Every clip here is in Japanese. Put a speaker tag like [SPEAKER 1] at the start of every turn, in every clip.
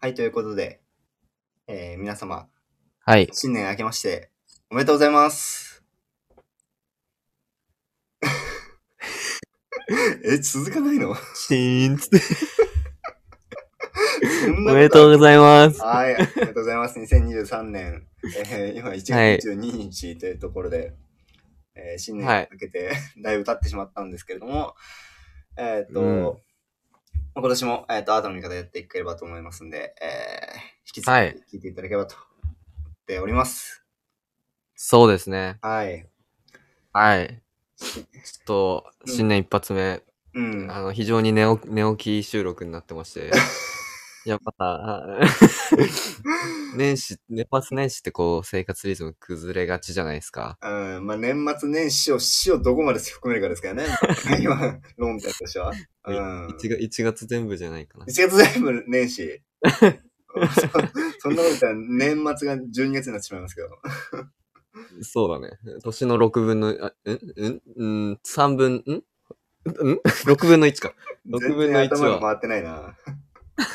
[SPEAKER 1] はい、ということで、えー皆様、
[SPEAKER 2] はい。
[SPEAKER 1] 新年明けまして、おめでとうございます。 え、続かない の
[SPEAKER 2] シーンつって。
[SPEAKER 1] そ
[SPEAKER 2] お
[SPEAKER 1] んなこと
[SPEAKER 2] めでとうございます。
[SPEAKER 1] はい、ありがとうございます。2023年、えー今1
[SPEAKER 2] はい
[SPEAKER 1] 月22日というところで、えー新年
[SPEAKER 2] はい
[SPEAKER 1] 明けて、 だいぶ経ってしまったんですけれども、えーっと、
[SPEAKER 2] うん
[SPEAKER 1] まあ今年も、えーっと、アートの見方やっていければと思いますんで、えー引き
[SPEAKER 2] はい
[SPEAKER 1] 続き聞いていただければと思っております。
[SPEAKER 2] そうですね。
[SPEAKER 1] はい。
[SPEAKER 2] はい。ちょっと、新年一発目、
[SPEAKER 1] うん。
[SPEAKER 2] あの、非常に寝起寝起き収録になってま して。やっぱさ、 年始、年末年始ってこう、生活リズム崩れがちじゃないですか。
[SPEAKER 1] うん、まあ年末年始を、死をどこまで含めるかですからね。今、論点としては。うん。
[SPEAKER 2] 1月 ,1 月全部じゃないかな。
[SPEAKER 1] 1月全部年始。 そそんなこと言ったら年末が12月になってしまいますけど。
[SPEAKER 2] そうだね。年の6分の、あんんうん ?3 分、んん ?6 分の1か。6分の1は
[SPEAKER 1] 全然頭が回ってないな。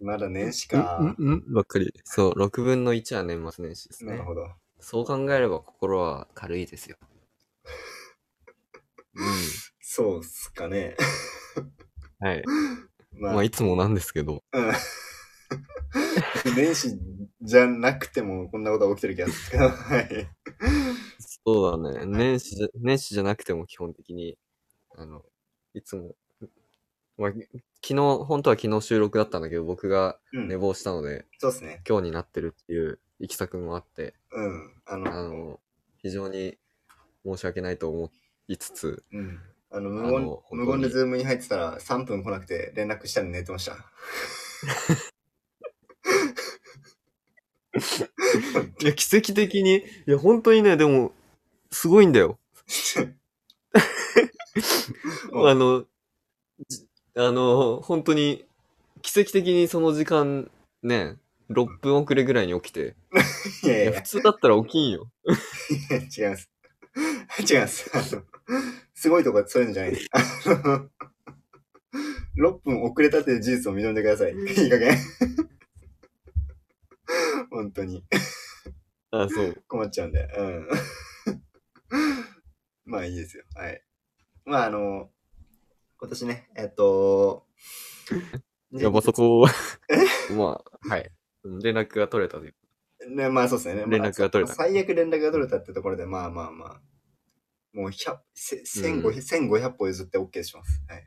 [SPEAKER 1] まだ年始か。
[SPEAKER 2] んんんばっかり。そう、6分の1は年末年始です
[SPEAKER 1] な
[SPEAKER 2] ね
[SPEAKER 1] る。ほど。
[SPEAKER 2] そう考えれば心は軽い ですよ。う
[SPEAKER 1] そうっすかね。
[SPEAKER 2] ん。はい。
[SPEAKER 1] まあ、
[SPEAKER 2] まあ、いつもなんですけど。
[SPEAKER 1] うん。年始じゃなくてもこんなことが起きてる気がするんですけど。はい。
[SPEAKER 2] そうだね。年始じゃ、年始じゃなくても基本的に、あの、いつも、まあ、昨日、本当は昨日収録だったんだけど、僕が
[SPEAKER 1] うん
[SPEAKER 2] 寝坊したので、
[SPEAKER 1] そうっすね。
[SPEAKER 2] 今日になってるっていういきさくもあって、
[SPEAKER 1] うん。あの、
[SPEAKER 2] あの、非常に申し訳ないと思いつつ、
[SPEAKER 1] うん。あの、
[SPEAKER 2] あ
[SPEAKER 1] 無
[SPEAKER 2] の
[SPEAKER 1] 言
[SPEAKER 2] 本、当に
[SPEAKER 1] 無言でズームに入ってたら3分来なくて連絡したら寝てました。
[SPEAKER 2] いや、奇跡的に、いや、本当にね、でも、すごいんだよ。
[SPEAKER 1] うん
[SPEAKER 2] あの、じあの、本当に、奇跡的にその時間、ね、6分遅れぐらいに起きて。
[SPEAKER 1] いや
[SPEAKER 2] い
[SPEAKER 1] いや
[SPEAKER 2] や、
[SPEAKER 1] い
[SPEAKER 2] 普通だったら起きんよ。
[SPEAKER 1] や、違います。違います。あのすごいとこはそういうのじゃないです。あの6分遅れたという事実を認めてください。いい加減。本当に
[SPEAKER 2] あ、そう。
[SPEAKER 1] 困っちゃうんで。うん。まあいいですよ。はい。まああの、今年ね、えっと、
[SPEAKER 2] いや、まあ、そこを、 まあ、はい。うん連絡が取れたという。
[SPEAKER 1] ね、まあそうですね。
[SPEAKER 2] 連絡が取れた
[SPEAKER 1] まあ最悪連絡が取れたってところで、まあまあまあ。もう100せ
[SPEAKER 2] うん
[SPEAKER 1] 1500、1500歩譲って OK します。はい。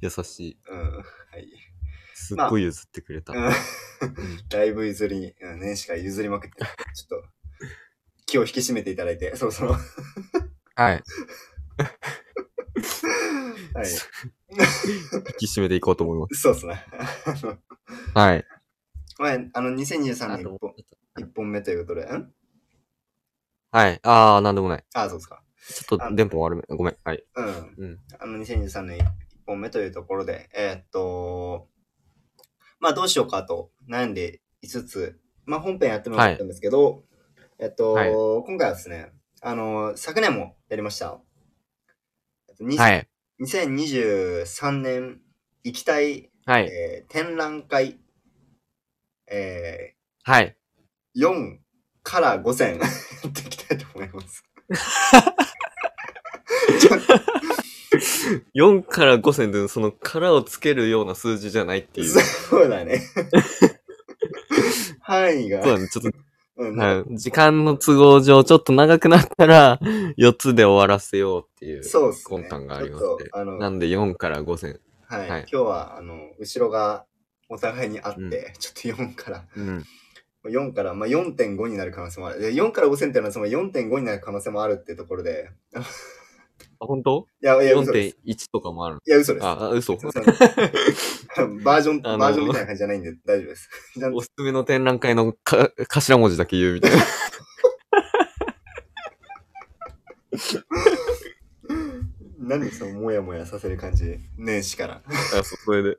[SPEAKER 2] 優しい。
[SPEAKER 1] うん。はい。
[SPEAKER 2] すっごい譲ってくれた。
[SPEAKER 1] うん だいぶ譲り、うん、年しか譲りまくって、ちょっと、気を引き締めていただいて、そろそろ。は
[SPEAKER 2] はい。
[SPEAKER 1] い。
[SPEAKER 2] 引き締めていこうと思いま
[SPEAKER 1] そうっすね。あの
[SPEAKER 2] す。はい。
[SPEAKER 1] まあ、あの、2023
[SPEAKER 2] あ
[SPEAKER 1] 年
[SPEAKER 2] と
[SPEAKER 1] 1本一本目ということで、ん
[SPEAKER 2] はい。ああ、なんでもない。
[SPEAKER 1] あ、そうですか。
[SPEAKER 2] ちょっと電波悪め。ごめん。はい。
[SPEAKER 1] うん。
[SPEAKER 2] うん。
[SPEAKER 1] あの、2023年1本目というところで、えーっと、まあ、どうしようかと悩んでいつつ、まあ、本編やってもらったんですけど、えっと、
[SPEAKER 2] はい
[SPEAKER 1] 今回はですね、あの、昨年もやりました。えっとに
[SPEAKER 2] はい。
[SPEAKER 1] 2023年行きたい、
[SPEAKER 2] はい。
[SPEAKER 1] えー展覧会、え
[SPEAKER 2] はい。
[SPEAKER 1] ー4から5選や っていきたいと思います。ちょっと
[SPEAKER 2] 4から5線で、その、殻をつけるような数字じゃないって いう。
[SPEAKER 1] そうだ ね。範囲が。
[SPEAKER 2] そうだね。ちょっと
[SPEAKER 1] うん
[SPEAKER 2] はい時間の都合上、ちょっと長くなったら、4つ で終わらせようっていう
[SPEAKER 1] そうっすね。
[SPEAKER 2] 魂胆がありま
[SPEAKER 1] ちょ
[SPEAKER 2] す
[SPEAKER 1] っ
[SPEAKER 2] ね。
[SPEAKER 1] とあの、
[SPEAKER 2] な
[SPEAKER 1] はい、
[SPEAKER 2] んで4から5千。はい
[SPEAKER 1] 今日は、あの、後ろがお互いにあって、
[SPEAKER 2] うん
[SPEAKER 1] ちょっと4から、
[SPEAKER 2] うん。
[SPEAKER 1] 4から、まあ、4.5になる可能性もある。で4から5000っていうのは、その4.5になる可能性もあるっていうところで、
[SPEAKER 2] あ、本当
[SPEAKER 1] いや、いや、嘘です。
[SPEAKER 2] ?4.1 とかもある。
[SPEAKER 1] いや、嘘です。
[SPEAKER 2] あ、あ嘘。
[SPEAKER 1] すいません バージョン、
[SPEAKER 2] あの
[SPEAKER 1] バージョンみたいな感じじゃないんで大丈夫です。ちゃんと
[SPEAKER 2] おすすめの展覧会のか頭文字だけ言うみたいな。
[SPEAKER 1] 何そのもやもやさせる感じ年始から。
[SPEAKER 2] あそうそれで。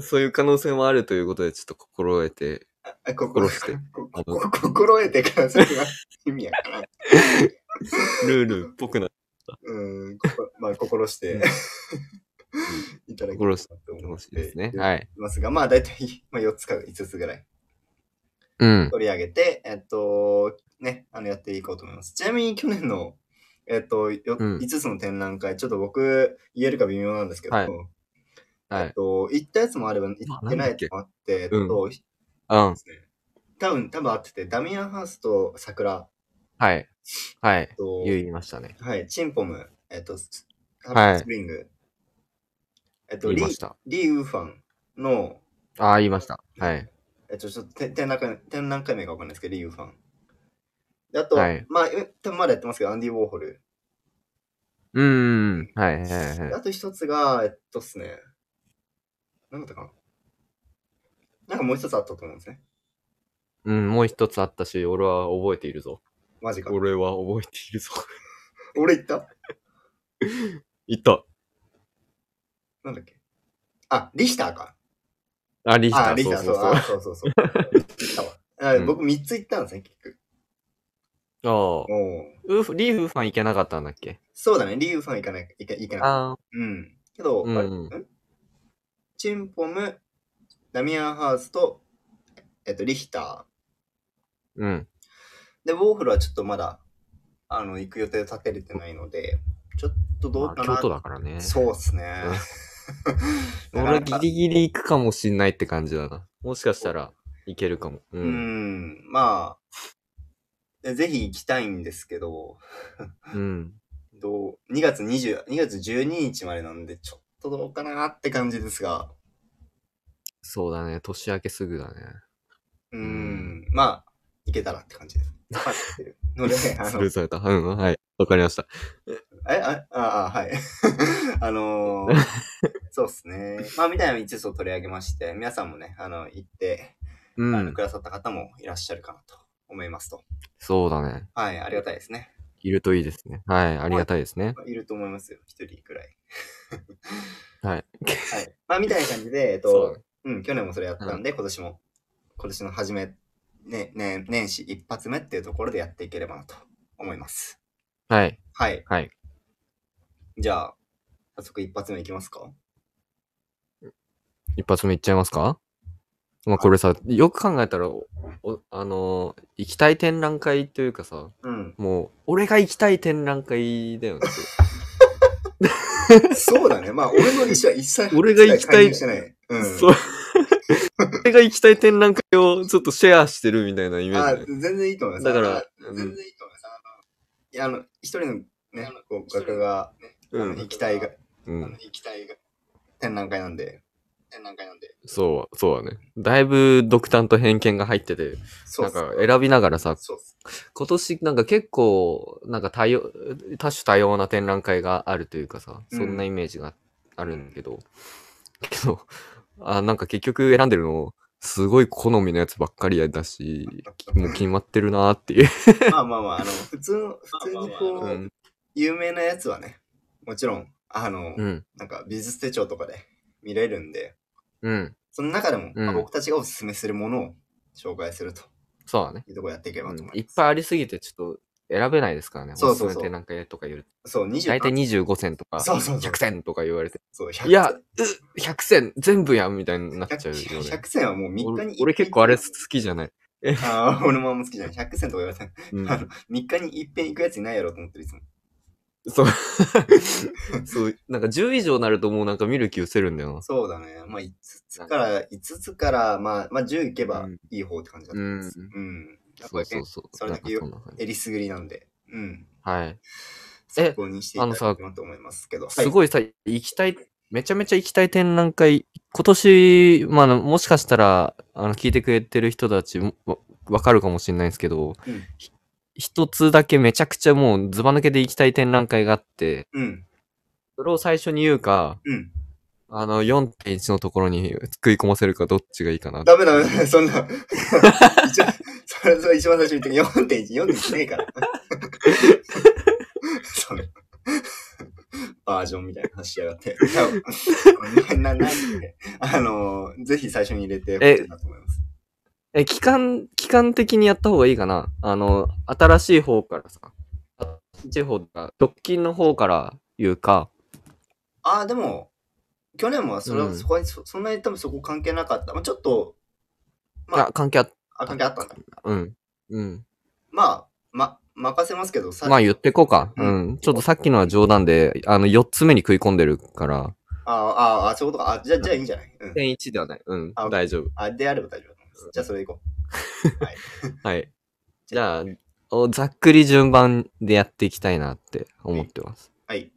[SPEAKER 2] そういう可能性もあるということで、ちょっと心得て。
[SPEAKER 1] あ心
[SPEAKER 2] 心して。
[SPEAKER 1] こ
[SPEAKER 2] あの
[SPEAKER 1] こ心得てからそれが意味やから。
[SPEAKER 2] ルールっぽくな。
[SPEAKER 1] うん、ここまあ心して。いただき
[SPEAKER 2] 心して
[SPEAKER 1] と
[SPEAKER 2] て
[SPEAKER 1] 思
[SPEAKER 2] ほ
[SPEAKER 1] っ
[SPEAKER 2] しいですね
[SPEAKER 1] て。い
[SPEAKER 2] はい。
[SPEAKER 1] ますが、まあ大体、 まあ、4つか5つぐらい
[SPEAKER 2] うん。
[SPEAKER 1] 取り上げて、えっと、ね、あの、やっていこうと思います。ちなみに去年の、えっと、よ
[SPEAKER 2] うん
[SPEAKER 1] 5つの展覧会、ちょっと僕、言えるか微妙なんですけど、
[SPEAKER 2] はいは
[SPEAKER 1] えっ
[SPEAKER 2] い。
[SPEAKER 1] と、行ったやつもあれば行
[SPEAKER 2] あ
[SPEAKER 1] って
[SPEAKER 2] なん
[SPEAKER 1] ない
[SPEAKER 2] だ
[SPEAKER 1] や
[SPEAKER 2] っけ
[SPEAKER 1] つもあって、えっ
[SPEAKER 2] うん
[SPEAKER 1] と、
[SPEAKER 2] うん。
[SPEAKER 1] 多分、多分あってて、ダミアンハースと桜
[SPEAKER 2] はい。はい。
[SPEAKER 1] と、
[SPEAKER 2] 言いましたね。
[SPEAKER 1] はい、チンポム、えっと、スハ
[SPEAKER 2] は
[SPEAKER 1] ッピ
[SPEAKER 2] い
[SPEAKER 1] ースプリング、えっと、
[SPEAKER 2] 言い
[SPEAKER 1] リ
[SPEAKER 2] ました。
[SPEAKER 1] リー・ウーファンの、
[SPEAKER 2] ああ、言いました。はい。
[SPEAKER 1] えっと、ちょっとて展覧会、展覧会名がわかんないですけど、リー・ウーファン。であと、
[SPEAKER 2] はい
[SPEAKER 1] まあ、え多分まだやってますけど、アンディ・ウォーホル。
[SPEAKER 2] うーん。はいはいはいは
[SPEAKER 1] あと一つが、えっとっすね。なんだったかななんかもう一つあったと思うんですね。
[SPEAKER 2] い。うん、もう一つあったし、俺は覚えているぞ。
[SPEAKER 1] マジか。
[SPEAKER 2] 俺は覚えているぞ。
[SPEAKER 1] 俺行った
[SPEAKER 2] 言った。
[SPEAKER 1] なんだっけあ、リヒターか。
[SPEAKER 2] あ、リヒ
[SPEAKER 1] あ、
[SPEAKER 2] タ
[SPEAKER 1] リ
[SPEAKER 2] ー、
[SPEAKER 1] ヒ
[SPEAKER 2] そ
[SPEAKER 1] タ
[SPEAKER 2] う
[SPEAKER 1] ー、
[SPEAKER 2] そ
[SPEAKER 1] そうう
[SPEAKER 2] そう。
[SPEAKER 1] あ
[SPEAKER 2] あ
[SPEAKER 1] そうそうそう。 行ったわあ
[SPEAKER 2] うん
[SPEAKER 1] 僕3つ行ったんですね、結局。
[SPEAKER 2] あ。
[SPEAKER 1] おー
[SPEAKER 2] ウーフ、リーフファン行けなかったんだっけ
[SPEAKER 1] そうだね、リーグファン行かない、行け行けない。
[SPEAKER 2] あ
[SPEAKER 1] うん。けど、
[SPEAKER 2] うん
[SPEAKER 1] あれんチンポム、ダミアンハースと、えっと、リヒタ
[SPEAKER 2] うん。
[SPEAKER 1] ー。で、ウォーフルはちょっとまだ、あの、行く予定立てれてないので、ちょっとど
[SPEAKER 2] ま
[SPEAKER 1] うか
[SPEAKER 2] あ
[SPEAKER 1] な。
[SPEAKER 2] 京都だからね。
[SPEAKER 1] そうっす ね。
[SPEAKER 2] 俺
[SPEAKER 1] なか
[SPEAKER 2] は
[SPEAKER 1] な
[SPEAKER 2] ギ
[SPEAKER 1] か
[SPEAKER 2] リギリ行くかもしんないって感じだな。もしかしたら行けるかも。う。
[SPEAKER 1] うんん、まあ、ぜひ行きたいんですけど、
[SPEAKER 2] うん。
[SPEAKER 1] どう2月20、2月12日までなんで、ちょっとどうかなって感じですが、
[SPEAKER 2] そうだね。年明けすぐだね。
[SPEAKER 1] うん、
[SPEAKER 2] ん
[SPEAKER 1] まあ、行けたらって感じです。はい 行けるので、あ
[SPEAKER 2] ス
[SPEAKER 1] の
[SPEAKER 2] ルー、された。うん。はい。わかりました。
[SPEAKER 1] え、あ、あ、あはい。 あのーそうっすね。まあ、みたいな5つを取り上げまして、皆さんもね、あの、行って、
[SPEAKER 2] う
[SPEAKER 1] あの、
[SPEAKER 2] ん
[SPEAKER 1] く。ださった方もいらっしゃるかなと思いますと。
[SPEAKER 2] そうだね。
[SPEAKER 1] はい、ありがたいですね。
[SPEAKER 2] いるといいですね。はい。ありがたいですね。
[SPEAKER 1] いると思いますよ、一人くらい。
[SPEAKER 2] はい。
[SPEAKER 1] はい。まあ、みたいな感じで、えっ
[SPEAKER 2] そう
[SPEAKER 1] と、うん、去年もそれやったんで、今年も、今年の初め、ね、ね、年始一発目っていうところでやっていければなと思います。
[SPEAKER 2] だね。はい。
[SPEAKER 1] はい。
[SPEAKER 2] はい。
[SPEAKER 1] じゃあ、早速一発目いきますか
[SPEAKER 2] 一発目いっちゃいますかまあこれさ、よく考えたら、おおあのー行きたい展覧会というかさ、
[SPEAKER 1] うん。
[SPEAKER 2] もう、俺が行きたい展覧会だよね。
[SPEAKER 1] そうだね。まあ、 俺の意思は一切
[SPEAKER 2] 俺が行きた
[SPEAKER 1] 介
[SPEAKER 2] い
[SPEAKER 1] 入してない。うん。
[SPEAKER 2] そう。 俺が行きたい展覧会をちょっとシェアしてるみたいなイメ
[SPEAKER 1] あ
[SPEAKER 2] ー
[SPEAKER 1] あ
[SPEAKER 2] ジだよ
[SPEAKER 1] 全然いいと思います。
[SPEAKER 2] だか
[SPEAKER 1] あ
[SPEAKER 2] ら、
[SPEAKER 1] 全然いいと思います。あのいや、あの、一人のね、こう画家が、ね、あ
[SPEAKER 2] う
[SPEAKER 1] の
[SPEAKER 2] ん
[SPEAKER 1] 行きたいが、
[SPEAKER 2] う
[SPEAKER 1] あの
[SPEAKER 2] ん。
[SPEAKER 1] 行きたいが、展覧会なんで、展覧会なんで。
[SPEAKER 2] そう、そうだね。だいぶ独断と偏見が入ってて、
[SPEAKER 1] そう
[SPEAKER 2] な
[SPEAKER 1] っ
[SPEAKER 2] ん
[SPEAKER 1] す
[SPEAKER 2] か選びながらさ、
[SPEAKER 1] そうっす。
[SPEAKER 2] 今年なんか結構、なんか多様、多種多様な展覧会があるというかさ、
[SPEAKER 1] うん
[SPEAKER 2] そんなイメージがあるんだけど、けど、あ、なんか結局選んでるの、すごい好みのやつばっかりだし、もう決まってるなーっていう。
[SPEAKER 1] まあまあまあ、あの、普通の、普通にこ
[SPEAKER 2] う
[SPEAKER 1] う、
[SPEAKER 2] ん。
[SPEAKER 1] 有名なやつはね、もちろん、あの、
[SPEAKER 2] うん。
[SPEAKER 1] なんか美術手帳とかで見れるんで、
[SPEAKER 2] うん。
[SPEAKER 1] その中でも、
[SPEAKER 2] うん
[SPEAKER 1] まあ僕たちがおすすめするものを紹介すると
[SPEAKER 2] そうだね。
[SPEAKER 1] いうところやっていければと思
[SPEAKER 2] い
[SPEAKER 1] い
[SPEAKER 2] っ
[SPEAKER 1] ます。
[SPEAKER 2] ぱいありすぎてちょっと選べないですからね。
[SPEAKER 1] そうそうそう
[SPEAKER 2] おすすめ展覧会とか言う
[SPEAKER 1] そう、
[SPEAKER 2] と。大体
[SPEAKER 1] 20、
[SPEAKER 2] 25選とか、
[SPEAKER 1] そうそうそう
[SPEAKER 2] 100選とか言われて。
[SPEAKER 1] そう、100
[SPEAKER 2] いや、う100選全部やんみたいになっちゃうよ
[SPEAKER 1] 100
[SPEAKER 2] ね。
[SPEAKER 1] 100選はもう3日
[SPEAKER 2] 俺
[SPEAKER 1] に
[SPEAKER 2] 俺結構あれ好
[SPEAKER 1] す。
[SPEAKER 2] きじゃない。
[SPEAKER 1] ああ、俺もあんま好きじゃない。100選とか言われたら、
[SPEAKER 2] う ん
[SPEAKER 1] あの3日に一遍行くやついないやろと思ってる、いつも。
[SPEAKER 2] そう。そう、なんか10以上になるともうなんか見る気失せるんだよ
[SPEAKER 1] そうだね。まあ、5つから、五つから、まあ、まあ、10行けばいい方って感じだと
[SPEAKER 2] な。う
[SPEAKER 1] 思い
[SPEAKER 2] ん
[SPEAKER 1] ます。。うん。やっぱ
[SPEAKER 2] そう
[SPEAKER 1] り
[SPEAKER 2] そ
[SPEAKER 1] ね
[SPEAKER 2] う、そう。
[SPEAKER 1] それ
[SPEAKER 2] な
[SPEAKER 1] だ
[SPEAKER 2] んか
[SPEAKER 1] けよ
[SPEAKER 2] そんな感じ。
[SPEAKER 1] えりすぐりなんで、うん。
[SPEAKER 2] はい。
[SPEAKER 1] 参考にしていただけ
[SPEAKER 2] あ
[SPEAKER 1] れ
[SPEAKER 2] の
[SPEAKER 1] ばなと思いますけど。
[SPEAKER 2] す
[SPEAKER 1] い。
[SPEAKER 2] ごいさ、行きたい、めちゃめちゃ行きたい展覧会、今年、まああの、もしかしたら、あの、聞いてくれてる人たちも、わわかるかもしれないんですけど、
[SPEAKER 1] うん
[SPEAKER 2] ひ一つだけめちゃくちゃもうずば抜けて行きたい展覧会があって、
[SPEAKER 1] うん。
[SPEAKER 2] それを最初に言うか、
[SPEAKER 1] うん。
[SPEAKER 2] あの、4.1のところに食い込ませるかどっちがいいかな。
[SPEAKER 1] ダメダメダメ、そんな。一番それ、それ一番最初に言った4.1、4.1ねえから。そのバージョンみたいな話しやがって。な、な、な、あのー、ぜひ最初に入れてほしいなと思います。
[SPEAKER 2] え、期間、期間的にやった方がいいかなあの、新しい方からさ、新しい方とか、直近の方から言うか、
[SPEAKER 1] ああ、でも、去年もそれは、
[SPEAKER 2] うん
[SPEAKER 1] そこにそ、そんなに多分そこ関係なかった。まあ、ちょっと、まあ
[SPEAKER 2] あ、関係あっ
[SPEAKER 1] あ、関係あったんだ。
[SPEAKER 2] うん。うん。
[SPEAKER 1] まあ、ま、任せますけど、さ
[SPEAKER 2] まあ言ってこうか。
[SPEAKER 1] う
[SPEAKER 2] うんん。ちょっとさっきのは冗談で、あの、4つ目に食い込んでるから。
[SPEAKER 1] ああ、ああ、そういうことか。あ、じゃあ、じゃあいいんじゃないうん。
[SPEAKER 2] 点1ではない。うん
[SPEAKER 1] あ。
[SPEAKER 2] 大丈夫。
[SPEAKER 1] あ、であれば大丈夫だと思います。じゃあ、それでいこう。はい。
[SPEAKER 2] はい。じゃあ、おざっくり順番でやっていきたいなって思ってます。
[SPEAKER 1] はい。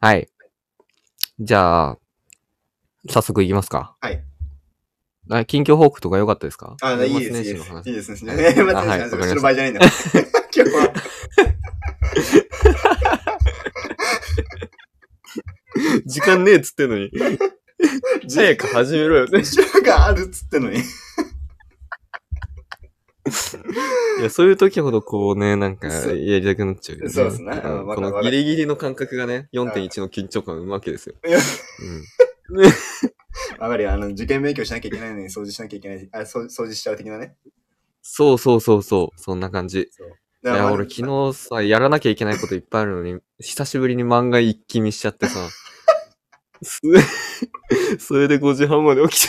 [SPEAKER 2] はい。じゃあ、早速いきますか。
[SPEAKER 1] はい。
[SPEAKER 2] あ近況報告とか良かったですか
[SPEAKER 1] あ、いいです
[SPEAKER 2] 年
[SPEAKER 1] ね。いいで
[SPEAKER 2] 末年始の
[SPEAKER 1] す
[SPEAKER 2] 話
[SPEAKER 1] ね。いいです ね。
[SPEAKER 2] はい
[SPEAKER 1] 年末
[SPEAKER 2] あはい
[SPEAKER 1] 年始の話
[SPEAKER 2] わかりました
[SPEAKER 1] 後ろ場合じゃない んだ。今日は。
[SPEAKER 2] 時間ねえっつってんのに。 早く始めろよ。い
[SPEAKER 1] 週があるっつってのに。
[SPEAKER 2] や、そういう時ほどこうね、なんか、
[SPEAKER 1] そう
[SPEAKER 2] やりたくなっちゃうよね。
[SPEAKER 1] そうですねうん
[SPEAKER 2] ん
[SPEAKER 1] わ
[SPEAKER 2] こ
[SPEAKER 1] かるわかる
[SPEAKER 2] のギリギリの感覚がね、4.1の緊張感を生むわけですよ。
[SPEAKER 1] いや
[SPEAKER 2] うん。
[SPEAKER 1] わかるよ。あの、受験勉強しなきゃいけないのに掃除しなきゃいけない。あ、掃掃除しちゃう的なね。
[SPEAKER 2] そうそうそうそう、そんな感じ。
[SPEAKER 1] そう。
[SPEAKER 2] い
[SPEAKER 1] だからま
[SPEAKER 2] や、
[SPEAKER 1] あ
[SPEAKER 2] 俺昨日さ、やらなきゃいけないこといっぱいあるのに、久しぶりに漫画一気見しちゃっ てさ、す それで5時半まで起きて、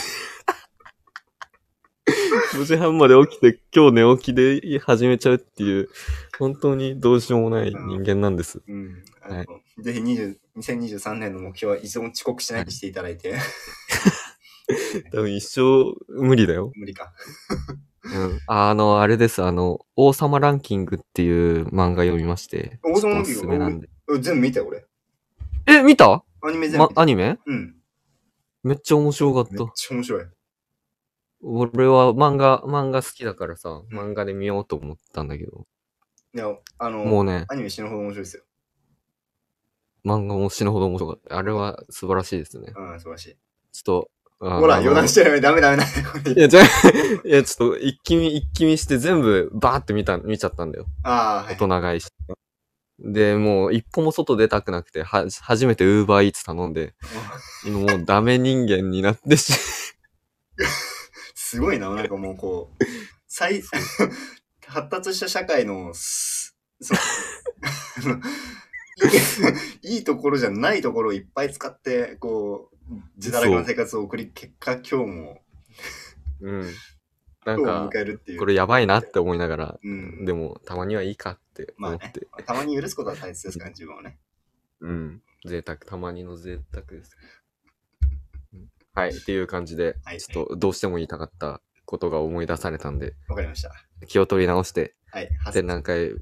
[SPEAKER 2] 5時半まで起きて、今日寝起きで始めちゃうっていう、本当にどうしようもない人間なんです。
[SPEAKER 1] うん。あの
[SPEAKER 2] はい
[SPEAKER 1] ぜひ20 2023年の目標は一度も遅刻しないようにしていただいて。
[SPEAKER 2] 多分一生無理だよ。
[SPEAKER 1] 無理か。
[SPEAKER 2] うん。あの、あれです、あの、王様ランキングっていう漫画読みまして、
[SPEAKER 1] 王様ランキング
[SPEAKER 2] ちょっとおすすめなんで。
[SPEAKER 1] うん全部見たよ、俺。
[SPEAKER 2] え、見た
[SPEAKER 1] アニメ全部
[SPEAKER 2] ま
[SPEAKER 1] 見、た。
[SPEAKER 2] アニメ
[SPEAKER 1] うん。
[SPEAKER 2] めっちゃ面白かっ。
[SPEAKER 1] めったちゃ面白い。
[SPEAKER 2] 俺は漫画、漫画好きだからさ、
[SPEAKER 1] うん
[SPEAKER 2] 漫画で見ようと思ったんだけど、
[SPEAKER 1] いや、あの、
[SPEAKER 2] もうね、
[SPEAKER 1] アニメ死ぬほど面白いですよ。
[SPEAKER 2] 漫画も死ぬほど面白かった。あれは素晴らしいですね。
[SPEAKER 1] うん、素晴らしい。
[SPEAKER 2] ちょっと、あ
[SPEAKER 1] ほら、
[SPEAKER 2] あの
[SPEAKER 1] 余談しちゃダメ、ダメダメダメ。こ れ
[SPEAKER 2] いや、じゃ いや、ちょっと、一気見、一気見して全部バーって見た、見ちゃったんだよ。
[SPEAKER 1] ああ、は
[SPEAKER 2] 大
[SPEAKER 1] い。
[SPEAKER 2] 人買いして。で、もう一歩も外出たくなくて、は、初めてウーバーイーツ頼んで、今もうダメ人間になってし、
[SPEAKER 1] すごいな、なんかもうこう、最、発達した社会の、すそうあ のいいいいところじゃないところをいっぱい使って、こう、自堕落な生活を送り、結果今日も、
[SPEAKER 2] うん。なん
[SPEAKER 1] 今日を迎、
[SPEAKER 2] か
[SPEAKER 1] えるっていう。
[SPEAKER 2] これやばいなって思いながら、
[SPEAKER 1] うん
[SPEAKER 2] でも、たまにはいいかって
[SPEAKER 1] まあ
[SPEAKER 2] 思っ
[SPEAKER 1] ね
[SPEAKER 2] て。
[SPEAKER 1] たまに許すことは大切ですから、自分は ね。
[SPEAKER 2] うん。贅沢、たまにの贅沢です。うんはい、っていう感じで、
[SPEAKER 1] はい
[SPEAKER 2] ちょっとどうしても言いたかったことが思い出されたんで、
[SPEAKER 1] わかりました。
[SPEAKER 2] 気を取り直して、
[SPEAKER 1] はい。
[SPEAKER 2] 展覧会、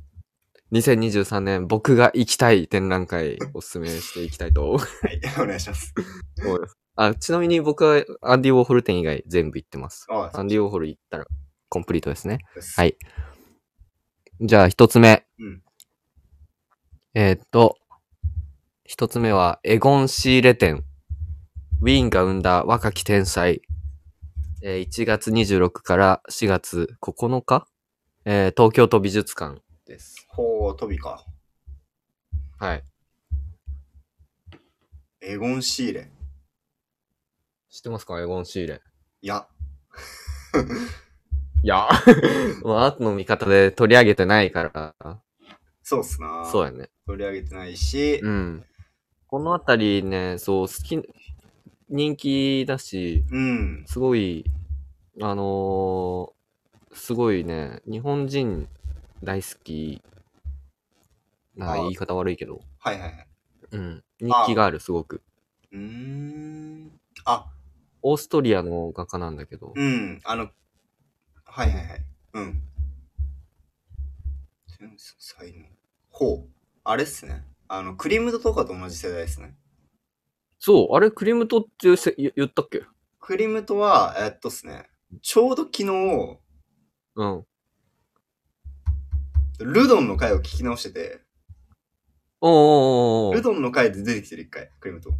[SPEAKER 2] 2023年僕が行きたい展覧会おすすめしていきたいと思
[SPEAKER 1] はい。 お願いします。
[SPEAKER 2] います。あ、ちなみに僕はアンディ・ウォーホル展以外全部行ってます。
[SPEAKER 1] あ
[SPEAKER 2] アンディ・ウォーホル行ったらコンプリートですね。
[SPEAKER 1] は。
[SPEAKER 2] はいいじゃあ一つ目。
[SPEAKER 1] うん
[SPEAKER 2] えーっと、一つ目はエゴン・シーレ展。ウィーンが生んだ若き天才。えー1月26から4月9日、えー東京都美術館です。
[SPEAKER 1] ほう、飛びか。
[SPEAKER 2] はい。
[SPEAKER 1] エゴンシーレ。
[SPEAKER 2] 知ってますかエゴン・シーレ。
[SPEAKER 1] いや。
[SPEAKER 2] い や、まあ、アートの見方で取り上げてないから、
[SPEAKER 1] そうっすな
[SPEAKER 2] そうやね。
[SPEAKER 1] 取り上げてないし、
[SPEAKER 2] うん。このあたりね、そう、好き、人気だし、
[SPEAKER 1] うん。
[SPEAKER 2] すごい、あのーすごいね、日本人大好き、な
[SPEAKER 1] あ
[SPEAKER 2] 言い方悪いけど、
[SPEAKER 1] はいはいはい。
[SPEAKER 2] うん、人気がある、すごく。
[SPEAKER 1] うーん。あ、
[SPEAKER 2] オーストリアの画家なんだけど、
[SPEAKER 1] うん。あの、はいはいはい。うん。天才の。ほう。あれっすね。あの、クリムトとかと同じ世代ですね。
[SPEAKER 2] そう、あれ、クリムトってせ言言ったっけ
[SPEAKER 1] クリムトは、えっとっすね。ちょうど昨日、
[SPEAKER 2] うん。
[SPEAKER 1] ルドンの回を聞き直してて、
[SPEAKER 2] おーおーおー
[SPEAKER 1] ル
[SPEAKER 2] おー
[SPEAKER 1] ドンの回で出てきてる一回、クリムト。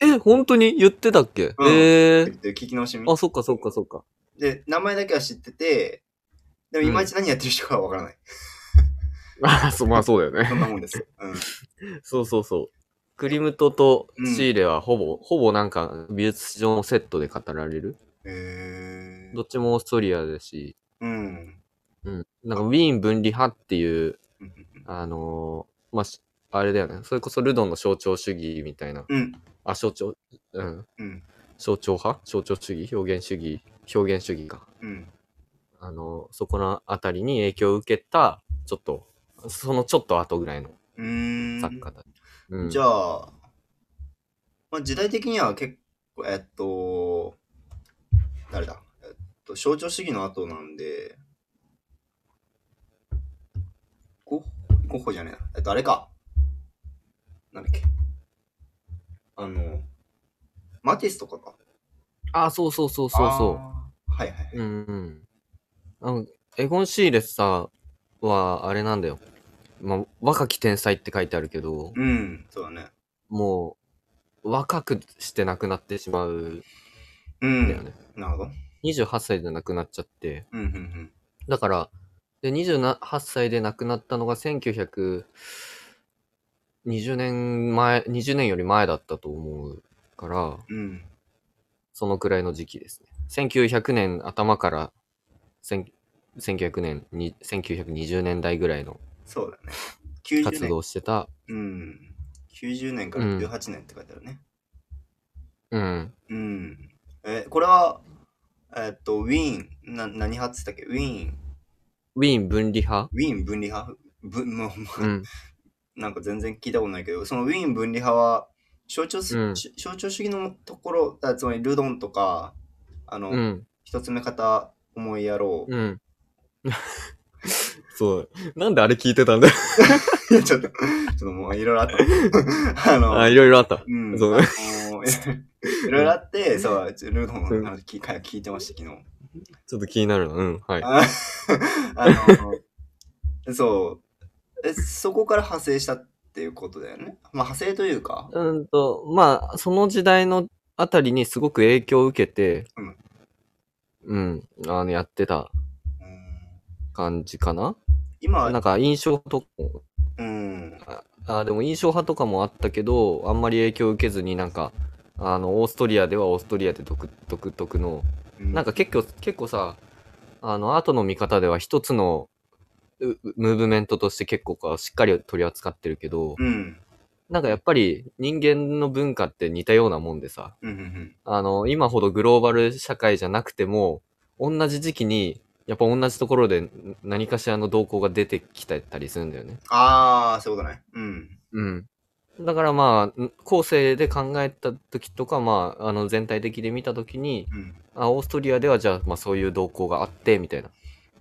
[SPEAKER 2] え、本当に言ってたっけ、
[SPEAKER 1] うん
[SPEAKER 2] えー、
[SPEAKER 1] 聞き直してみ
[SPEAKER 2] あ、そっかそっかそっか。
[SPEAKER 1] で、名前だけは知ってて、でもいまいち何やってる人かはわから ない。
[SPEAKER 2] あ、そ、まあそうだよね
[SPEAKER 1] そ。んなもんです。うん。
[SPEAKER 2] そうそうそう。クリムトとシーレはほぼ、ほぼなんか美術史上のセットで語られる。
[SPEAKER 1] え
[SPEAKER 2] ど
[SPEAKER 1] ー
[SPEAKER 2] っちもオーストリアだし、
[SPEAKER 1] うん。
[SPEAKER 2] うん。なんかウィーン分離派っていう、
[SPEAKER 1] うん
[SPEAKER 2] あのーまあし、あれだよね。それこそルドンの象徴主義みたいな、
[SPEAKER 1] うん。
[SPEAKER 2] あ、象徴、えうん。
[SPEAKER 1] うん。
[SPEAKER 2] 象徴派象徴主義表現主義表現主義か。
[SPEAKER 1] うん。
[SPEAKER 2] あの、そこのあたりに影響を受けた、ちょっと、そのちょっと後ぐらいの
[SPEAKER 1] うーん。
[SPEAKER 2] 作家たち。うん
[SPEAKER 1] じゃあ、まあ、時代的には結構、えっと、誰だえっと、象徴主義の後なんで、ゴッホゴッホじゃねえな。えっと、あれか。なんだっけ。あの、マティスとかか。
[SPEAKER 2] あ、そうそうそうそうそう。
[SPEAKER 1] う。はいはい。
[SPEAKER 2] うんうん。あの、エゴン・シーレスさんは、あれなんだよ。まあ、若き天才って書いてあるけど、
[SPEAKER 1] うん、そうだね。
[SPEAKER 2] もう、若くして亡くなってしまうん
[SPEAKER 1] う
[SPEAKER 2] だよ
[SPEAKER 1] ん。
[SPEAKER 2] ね。
[SPEAKER 1] なるほど。
[SPEAKER 2] 28歳で亡くなっちゃって。
[SPEAKER 1] うん、うん、
[SPEAKER 2] だから、で、28歳で亡くなったのが1920年前、20年より前だったと思うから、
[SPEAKER 1] うん。うん。
[SPEAKER 2] そのくらいの時期ですね。1900年頭から1000 1900年に、1920年代ぐらいの
[SPEAKER 1] そうだね。90
[SPEAKER 2] 活
[SPEAKER 1] 年
[SPEAKER 2] 動をしてた、
[SPEAKER 1] うん。90年から
[SPEAKER 2] うん
[SPEAKER 1] 18年って書いてあるね。
[SPEAKER 2] うん。
[SPEAKER 1] うん。え、これは、えっと、ウィーン、な、何派って言ったっけウィーン、
[SPEAKER 2] ウィーン分離派
[SPEAKER 1] ウィーン分離派ぶもう、もう
[SPEAKER 2] うん。
[SPEAKER 1] なんか全然聞いたことないけど、そのウィーン分離派は、象徴す、
[SPEAKER 2] うん
[SPEAKER 1] し象徴主義のところ、あつまりルドンとか、あの、
[SPEAKER 2] うん。
[SPEAKER 1] 一つ目方思いやろう。
[SPEAKER 2] うん。そう。なんであれ聞いてたんだ
[SPEAKER 1] い やちょっと、ちょっともういろいろあった。 あの、
[SPEAKER 2] あ、いろいろあった。
[SPEAKER 1] うん、
[SPEAKER 2] そう
[SPEAKER 1] あの いろいろあって、そう、ルドンの話聞聞い てました、昨日。
[SPEAKER 2] ちょっと気になるな。うん。はい。
[SPEAKER 1] あ あの、そうえ、そこから派生したっていうことだよね。まあ派生というか、
[SPEAKER 2] うんと、まあ、その時代のあたりにすごく影響を受けて、うん、あの、やってた
[SPEAKER 1] うん
[SPEAKER 2] 感じかな。
[SPEAKER 1] 今
[SPEAKER 2] なん
[SPEAKER 1] は、
[SPEAKER 2] か印象とかも、
[SPEAKER 1] うん、
[SPEAKER 2] あでも印象派とかもあったけど、あんまり影響を受けずになんか、あの、オーストリアではオーストリアで独独特の、なん
[SPEAKER 1] か、
[SPEAKER 2] か結構、結構さ、あの、アートの見方では一つの、うムーブメントとして結構こうしっかり取り扱ってるけど、
[SPEAKER 1] うん、
[SPEAKER 2] なんかやっぱり人間の文化って似たようなもんでさ、
[SPEAKER 1] うん、うん、
[SPEAKER 2] あの、今ほどグローバル社会じゃなくても、同じ時期に、やっぱ同じところでん何かしらの動向が出てきたりするんだよね。
[SPEAKER 1] ああ、そういうことね。うん、
[SPEAKER 2] うん。だからまあ、ん後世で考えた時とか、まあ、あの、全体的で見た時に、
[SPEAKER 1] うん
[SPEAKER 2] あ、オーストリアではじゃあ、まあそういう動向があって、みたいな。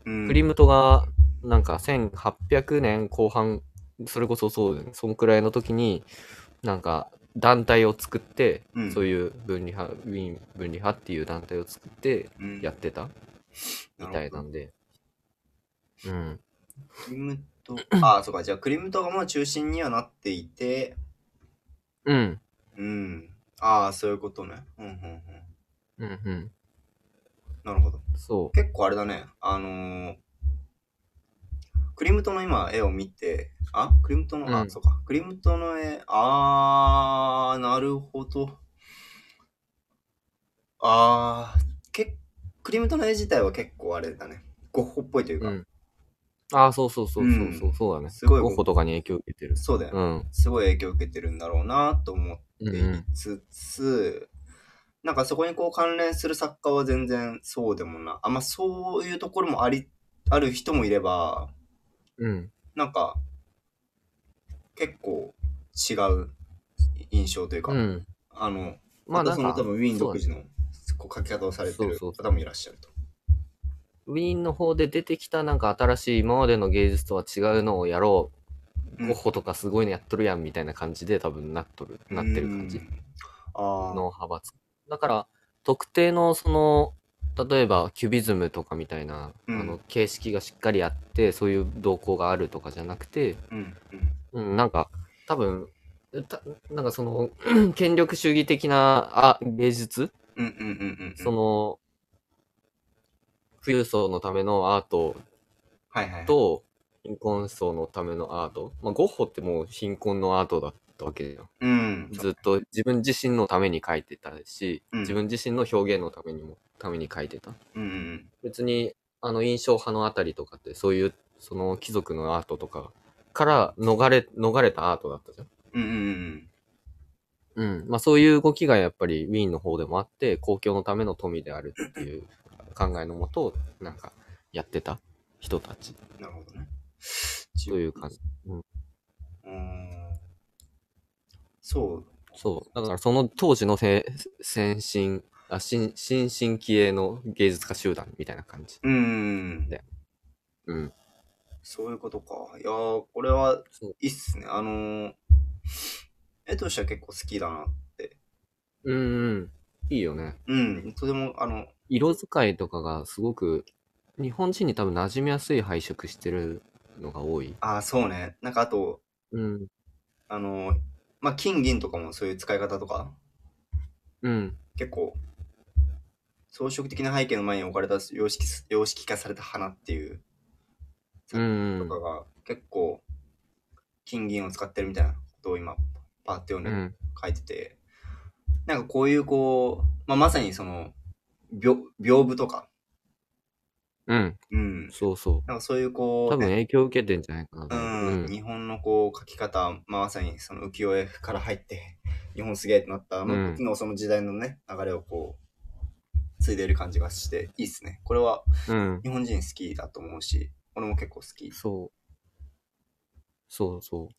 [SPEAKER 1] うん。
[SPEAKER 2] クリムトが、なんか1800年後半、それこそそうだよね。そのくらいの時に、なんか、団体を作って、
[SPEAKER 1] うん
[SPEAKER 2] そういう分離派、ウィーン分離派っていう団体を作って、
[SPEAKER 1] うん
[SPEAKER 2] やってたみたいなんで。うん。
[SPEAKER 1] クリムト、ああ、そうか、じゃあクリムトがもう中心にはなっていて、
[SPEAKER 2] うん。
[SPEAKER 1] うん、ああ、そういうことね。うん、うん、うん。
[SPEAKER 2] うんうん。
[SPEAKER 1] なるほど。
[SPEAKER 2] そ
[SPEAKER 1] 結構あれだね、あのー、クリムトの今絵を見て、あクリムトの、あ、
[SPEAKER 2] うん
[SPEAKER 1] そうか、クリムトの絵、あー、なるほど。あー、けクリムトの絵自体は結構あれだね、ゴッホっぽいという
[SPEAKER 2] う。
[SPEAKER 1] か、
[SPEAKER 2] うん。ああ、そうそうそうそうそうう、そうだね。
[SPEAKER 1] すごい
[SPEAKER 2] ゴッホとかに影響を受けてる。
[SPEAKER 1] そうだよね、
[SPEAKER 2] うん。
[SPEAKER 1] すごい影響を受けてるんだろうなと思っ
[SPEAKER 2] うん
[SPEAKER 1] て
[SPEAKER 2] う
[SPEAKER 1] いつつ、なんかそこにこう関連する作家は全然そうでもな、あ、まあそういうところもあり、ある人もいれば、
[SPEAKER 2] ん。うん。
[SPEAKER 1] なんか、結構違う印象というか、
[SPEAKER 2] うん。
[SPEAKER 1] あの、
[SPEAKER 2] ま
[SPEAKER 1] ま
[SPEAKER 2] あ
[SPEAKER 1] た
[SPEAKER 2] な
[SPEAKER 1] そ
[SPEAKER 2] ん
[SPEAKER 1] の
[SPEAKER 2] か、
[SPEAKER 1] 多分ウィーン
[SPEAKER 2] そう
[SPEAKER 1] 独
[SPEAKER 2] だね
[SPEAKER 1] 自のこう書き方をされてる
[SPEAKER 2] そうそ
[SPEAKER 1] 方もいらっしゃると。
[SPEAKER 2] ウィーンの方で出てきたなんか新しい今までの芸術とは違うのをやろう。
[SPEAKER 1] うん
[SPEAKER 2] ゴッホとかすごいのやっとるやんみたいな感じで多分なっとる、なってる感じ
[SPEAKER 1] う。ん。ああ。
[SPEAKER 2] の派閥。だから、特定のその、例えばキュビズムとかみたいな、
[SPEAKER 1] うん
[SPEAKER 2] あの形式がしっかりあって、そういう動向があるとかじゃなくて、
[SPEAKER 1] うん。
[SPEAKER 2] うん、なんか、多分、たなんかその、00権 力主義的なあ芸術、
[SPEAKER 1] うん。うん。うん。うん。うん。
[SPEAKER 2] そ、の、富裕層のためのアート
[SPEAKER 1] はいはい。
[SPEAKER 2] と、貧困層のためのアート。まあ、ゴッホってもう貧困のアートだったわけじゃん。
[SPEAKER 1] うん。
[SPEAKER 2] ずっと自分自身のために書いてたし、
[SPEAKER 1] うん
[SPEAKER 2] 自分自身の表現のためにも、ために書いてた。
[SPEAKER 1] うん。うん。
[SPEAKER 2] 別に、あの、印象派のあたりとかって、そういう、その貴族のアートとかから逃れ、逃れたアートだったじゃん。
[SPEAKER 1] うん。うん。
[SPEAKER 2] うん。まあそういう動きがやっぱりウィーンの方でもあって、公共のための富であるっていう考えのもと、なんかやってた人たち
[SPEAKER 1] なるほどね。
[SPEAKER 2] という感じ。
[SPEAKER 1] うーん。そう。
[SPEAKER 2] そう。だからその当時のせ先進、あ新新進気鋭の芸術家集団みたいな感じ。
[SPEAKER 1] うーん。
[SPEAKER 2] うん。
[SPEAKER 1] そういうことか。いやー、これは
[SPEAKER 2] そう
[SPEAKER 1] いいっすね。あのー、絵としては結構好きだな。
[SPEAKER 2] うんうん。いいよね。
[SPEAKER 1] うん。とても、あの、
[SPEAKER 2] 色使いとかがすごく、日本人に多分馴染みやすい配色してるのが多い。
[SPEAKER 1] ああ、そうね。なんかあと、
[SPEAKER 2] うん。
[SPEAKER 1] あのー、まあ、金銀とかもそういう使い方とか、
[SPEAKER 2] うん。
[SPEAKER 1] 結構、装飾的な背景の前に置かれた様式す様式化された花っていう
[SPEAKER 2] うんう
[SPEAKER 1] と
[SPEAKER 2] ん
[SPEAKER 1] か。が、結構、金銀を使ってるみたいなことを今、パーって読ん
[SPEAKER 2] う
[SPEAKER 1] で
[SPEAKER 2] ん。
[SPEAKER 1] 書いてて、なんかこういうこう、まあ、まさにその、屏屏風とか、
[SPEAKER 2] うん。
[SPEAKER 1] うん。
[SPEAKER 2] そうそう。
[SPEAKER 1] なんかそういうこう、
[SPEAKER 2] 多分
[SPEAKER 1] ね
[SPEAKER 2] 影響受けてんじゃないかな。
[SPEAKER 1] うん、日本のこう、書き方、まあまさにその浮世絵から入って、日本すげえってなった、まあ
[SPEAKER 2] うん
[SPEAKER 1] 時のその時代のね、流れをこう、継いでいる感じがして、いいっすね。これは
[SPEAKER 2] うん。
[SPEAKER 1] 日本人好きだと思うし、俺も結構好き。
[SPEAKER 2] そう。そうそ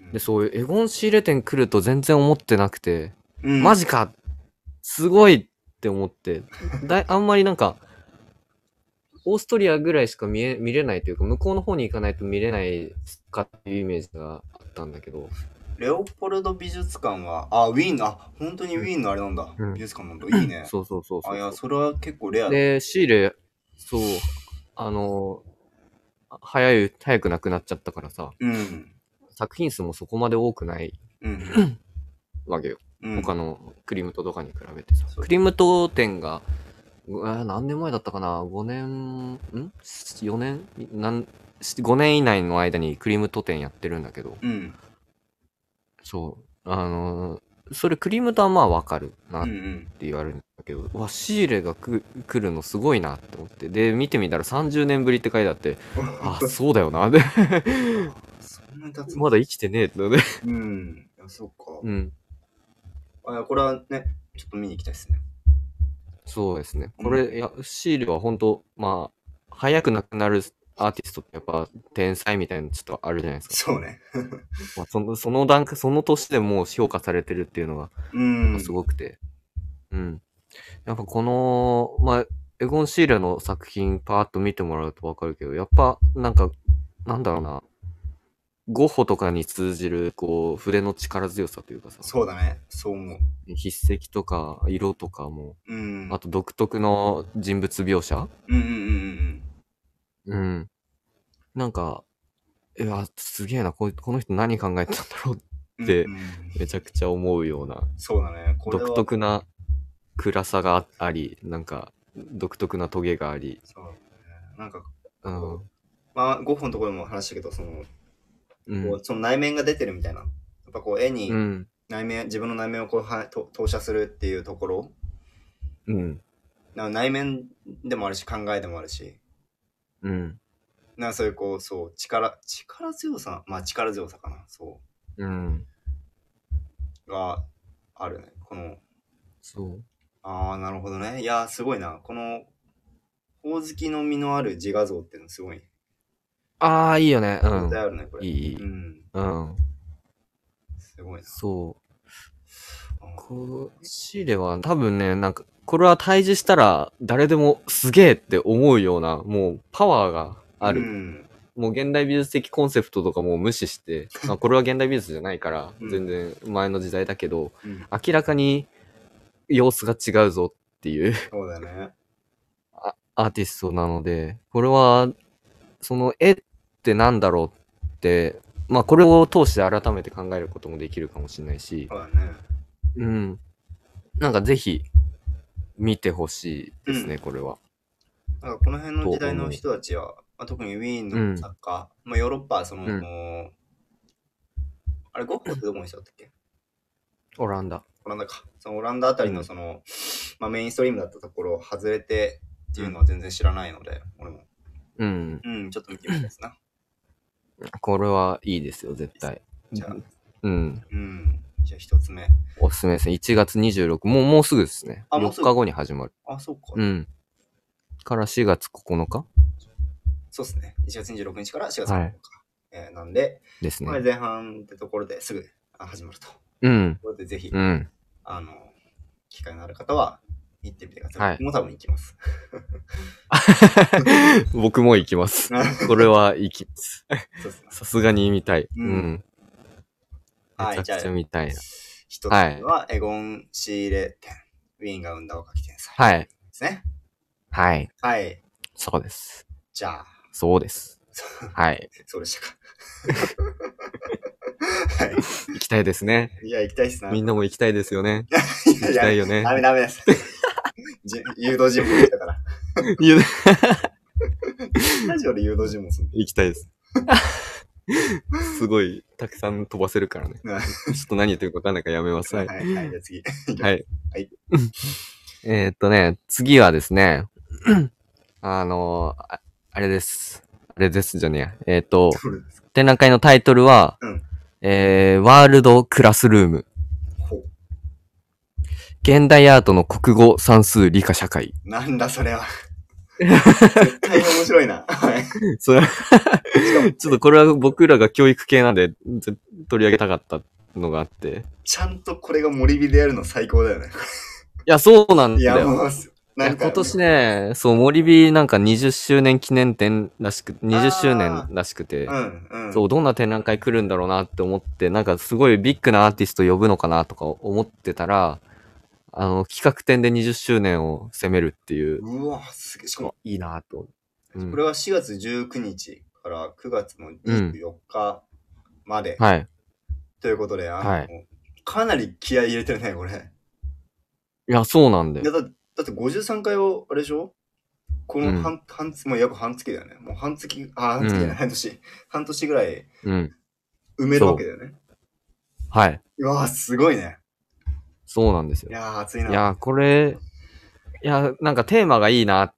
[SPEAKER 2] うう。
[SPEAKER 1] ん
[SPEAKER 2] で、そういう、エゴン仕入れ店来ると全然思ってなくて、
[SPEAKER 1] うん、
[SPEAKER 2] マジかすごいって思って、だいあんまりなんか、オーストリアぐらいしか見え見れないというか、向こうの方に行かないと見れないかっていうイメージがあったんだけど、
[SPEAKER 1] レオポルド美術館は、あ、ウィーンの、あ、本当にウィーンのあれなんだ。
[SPEAKER 2] うん
[SPEAKER 1] 美術館なんだ。いいね。
[SPEAKER 2] そうそうそうそう
[SPEAKER 1] あ、いや、それは結構レアだ。
[SPEAKER 2] で、シーレ、そう、あの、あ早い、早くなくなっちゃったからさ、
[SPEAKER 1] うん。
[SPEAKER 2] 作品数もそこまで多くない
[SPEAKER 1] うん。
[SPEAKER 2] わけよ。
[SPEAKER 1] うん。
[SPEAKER 2] 他のクリムトとかに比べてさ。
[SPEAKER 1] そう
[SPEAKER 2] クリムト店が、うわ何年前だったかな ?5 年、ん ?4 年なんし ?5 年以内の間にクリムト店やってるんだけど、
[SPEAKER 1] うん。
[SPEAKER 2] そう。あのーそれクリムトはまあわかるな
[SPEAKER 1] う
[SPEAKER 2] っ
[SPEAKER 1] ん。う
[SPEAKER 2] て
[SPEAKER 1] ん。
[SPEAKER 2] 言われるんだけど、うわ、シーレがく来るのすごいなって思って。で、見てみたら30年ぶりって書いてあって、あ、そうだよな。で、
[SPEAKER 1] そんなに経つ
[SPEAKER 2] まだ生きてねえってね。
[SPEAKER 1] うん。いや、そうか。
[SPEAKER 2] うん。
[SPEAKER 1] あいやこれはね、ちょっと見に行きたいですね。
[SPEAKER 2] そうですね。
[SPEAKER 1] うん
[SPEAKER 2] これ、いや、シールは本当まあ、早くなくなるアーティストってやっぱ天才みたいなのちょっとあるじゃないです か。
[SPEAKER 1] そうね。
[SPEAKER 2] まあ、その、その段階、その年でもう評価されてるっていうのが
[SPEAKER 1] うん。
[SPEAKER 2] すごくて。うん。やっぱこの、まあ、エゴン・シーレの作品パーッと見てもらうとわかるけど、やっぱなんか、なんだろうな。ゴッホとかに通じる、こう、筆の力強さというかさ、
[SPEAKER 1] そうだね。そう思う。
[SPEAKER 2] 筆跡とか色とかも、
[SPEAKER 1] うん。
[SPEAKER 2] あと独特の人物描写
[SPEAKER 1] うんうんうんうん
[SPEAKER 2] うん。なんか、いや、すげえな、こいこの人何考えてたんだろう、
[SPEAKER 1] うん。
[SPEAKER 2] で
[SPEAKER 1] うんうん
[SPEAKER 2] めちゃくちゃ思うような、
[SPEAKER 1] そうだね。これは
[SPEAKER 2] 独特な暗さがあり、なんか、独特なトゲがあり、
[SPEAKER 1] そうだね。なんか、
[SPEAKER 2] うん。
[SPEAKER 1] まあ、ゴッホのところでも話したけど、その、
[SPEAKER 2] う
[SPEAKER 1] こ
[SPEAKER 2] ん。
[SPEAKER 1] うその内面が出てるみたいな。やっぱこう、絵に
[SPEAKER 2] うん。
[SPEAKER 1] 内面、自分の内面をこうはと投射するっていうところ、
[SPEAKER 2] うん。
[SPEAKER 1] な内面でもあるし、考えでもあるし、
[SPEAKER 2] うん。
[SPEAKER 1] なんかそういうこう、そう、力、力強さ、まあ力強さかな、そ
[SPEAKER 2] うん。
[SPEAKER 1] う、があるね。この、
[SPEAKER 2] そう。
[SPEAKER 1] ああ、なるほどね。いやー、すごいな。この、ほおずきの実のある自画像っていうのすごい。
[SPEAKER 2] ああ、いいよね。う
[SPEAKER 1] 絶
[SPEAKER 2] ん
[SPEAKER 1] 対。あるね、これ。
[SPEAKER 2] いいいい
[SPEAKER 1] うん。
[SPEAKER 2] うん。
[SPEAKER 1] すごいな。
[SPEAKER 2] そう。
[SPEAKER 1] あー
[SPEAKER 2] こう、シーレは多分ね、なんか、これは対峙したら誰でもすげえって思うような、もうパワーがある
[SPEAKER 1] う。ん。
[SPEAKER 2] もう現代美術的コンセプトとかもう無視 して、まあ、これは現代美術じゃないから
[SPEAKER 1] う、ん
[SPEAKER 2] 全然前の時代だけど、
[SPEAKER 1] うん
[SPEAKER 2] 明らかに様子が違うぞっていう
[SPEAKER 1] そうだね。
[SPEAKER 2] アーティストなので、これは、その絵ってなんだろうって、まあこれを通して改めて考えることもできるかもしれないし
[SPEAKER 1] そ、うだね。
[SPEAKER 2] うん。なんかぜひ見てほしいですね、これは。
[SPEAKER 1] なんかこの辺の時代の人たちは、まあ、特にウィーンの作家、まあ、ヨーロッパはその、
[SPEAKER 2] うん
[SPEAKER 1] もうあれ、ゴッホってどこの人だったっけ
[SPEAKER 2] オランダ。
[SPEAKER 1] オランダか。そのオランダあたりのその、まあ、メインストリームだったところを外れてっていうのは全然知らないので、俺も。
[SPEAKER 2] うん。
[SPEAKER 1] うん、ちょっと見てみたいですな。
[SPEAKER 2] これはいいですよ、絶対。
[SPEAKER 1] じゃあ、
[SPEAKER 2] うん。
[SPEAKER 1] うん。じゃあ一つ目。
[SPEAKER 2] おすすめですね。1月26、もう、もうすぐですね。
[SPEAKER 1] あもうす
[SPEAKER 2] 4
[SPEAKER 1] ぐ
[SPEAKER 2] 日後に始まる。
[SPEAKER 1] あ、そうか。
[SPEAKER 2] うん。から4月9日
[SPEAKER 1] そうですね。1月26日から4月
[SPEAKER 2] は
[SPEAKER 1] 9日。
[SPEAKER 2] い
[SPEAKER 1] えーなんで、
[SPEAKER 2] です
[SPEAKER 1] まあ
[SPEAKER 2] ね。
[SPEAKER 1] 前半ってところですぐあ始まると。
[SPEAKER 2] うん。
[SPEAKER 1] これでぜひ、
[SPEAKER 2] うん。
[SPEAKER 1] あの、機会のある方は行ってみてください。
[SPEAKER 2] はい
[SPEAKER 1] 僕も多分行きます。
[SPEAKER 2] 僕も行きます。これは行きます。
[SPEAKER 1] そうですね。
[SPEAKER 2] さすがに見たい。
[SPEAKER 1] う
[SPEAKER 2] うんん。
[SPEAKER 1] は
[SPEAKER 2] めち
[SPEAKER 1] い、
[SPEAKER 2] ゃ
[SPEAKER 1] じゃあ
[SPEAKER 2] くちゃ、見たいな。
[SPEAKER 1] 一つ目はエゴン仕入れ店。ウィーンが生んだ若き天才。
[SPEAKER 2] はい。
[SPEAKER 1] ですね。
[SPEAKER 2] はい。
[SPEAKER 1] はい。
[SPEAKER 2] そうです。
[SPEAKER 1] じゃあ、
[SPEAKER 2] そ うです。
[SPEAKER 1] そ
[SPEAKER 2] はい。
[SPEAKER 1] そうでしたか。は
[SPEAKER 2] 行きたいですね。
[SPEAKER 1] い。いや、行きたいっすな。
[SPEAKER 2] みんなも行きたいですよね。
[SPEAKER 1] 行
[SPEAKER 2] 行きたいよね
[SPEAKER 1] ダ。メダメです。 じ誘導尋問だから。
[SPEAKER 2] いや
[SPEAKER 1] ラジオで誘導尋問する
[SPEAKER 2] 行きたいです。 すごい、たくさん飛ばせるからね。ちょ
[SPEAKER 1] はい
[SPEAKER 2] っと何言ってるか分かんないからやめます。はい。
[SPEAKER 1] はい、はい、じゃあ次。
[SPEAKER 2] はい。
[SPEAKER 1] はい。
[SPEAKER 2] えーっとね、次はですね、あのあ、あれです。あれですじゃねえや。えーっと、
[SPEAKER 1] どれですか
[SPEAKER 2] 展覧会のタイトルは、
[SPEAKER 1] うん
[SPEAKER 2] えー、ワールドクラスルーム。
[SPEAKER 1] ほう。
[SPEAKER 2] 現代アートの国語、算数、理科、社 会。
[SPEAKER 1] なんだそれ は。絶対面白いな。はい。
[SPEAKER 2] それちょっとこれは僕らが教育系なんで、ぜ取り上げたかったのがあって。
[SPEAKER 1] ちゃんとこれが森火でやるの最高だよね。
[SPEAKER 2] いや、そうなん
[SPEAKER 1] い
[SPEAKER 2] だ
[SPEAKER 1] や、
[SPEAKER 2] よ。
[SPEAKER 1] もう、
[SPEAKER 2] いや
[SPEAKER 1] なんか。
[SPEAKER 2] 今年ね、そう、森火なんか20周年記念展らしく、20周年らしくて、
[SPEAKER 1] うん、うん。
[SPEAKER 2] そう、どんな展覧会来るんだろうなって思って、なんかすごいビッグなアーティスト呼ぶのかなとか思ってたら、あの、企画展で20周年を攻めるっていう、
[SPEAKER 1] うわ、すげえ。しかも、
[SPEAKER 2] いいなと。うん
[SPEAKER 1] これは4月19日から9月の24日まで、
[SPEAKER 2] はい。
[SPEAKER 1] ということで、あの、
[SPEAKER 2] は
[SPEAKER 1] かなり気合い入れてるね、これ。
[SPEAKER 2] いや、そうなんだ
[SPEAKER 1] いや
[SPEAKER 2] よ。
[SPEAKER 1] だだって53回を、あれでしょこの
[SPEAKER 2] うん
[SPEAKER 1] 半、半月、もう約半月だよね。もう半月、あ、半月じゃない、
[SPEAKER 2] うん
[SPEAKER 1] 半年。半年ぐらい
[SPEAKER 2] うん。
[SPEAKER 1] 埋めるわけだよね。
[SPEAKER 2] はい。
[SPEAKER 1] うわーすごいね。
[SPEAKER 2] そうなんです
[SPEAKER 1] い
[SPEAKER 2] よ。
[SPEAKER 1] やー、熱いな。
[SPEAKER 2] いや、これ、いや、なんかテーマがいいな。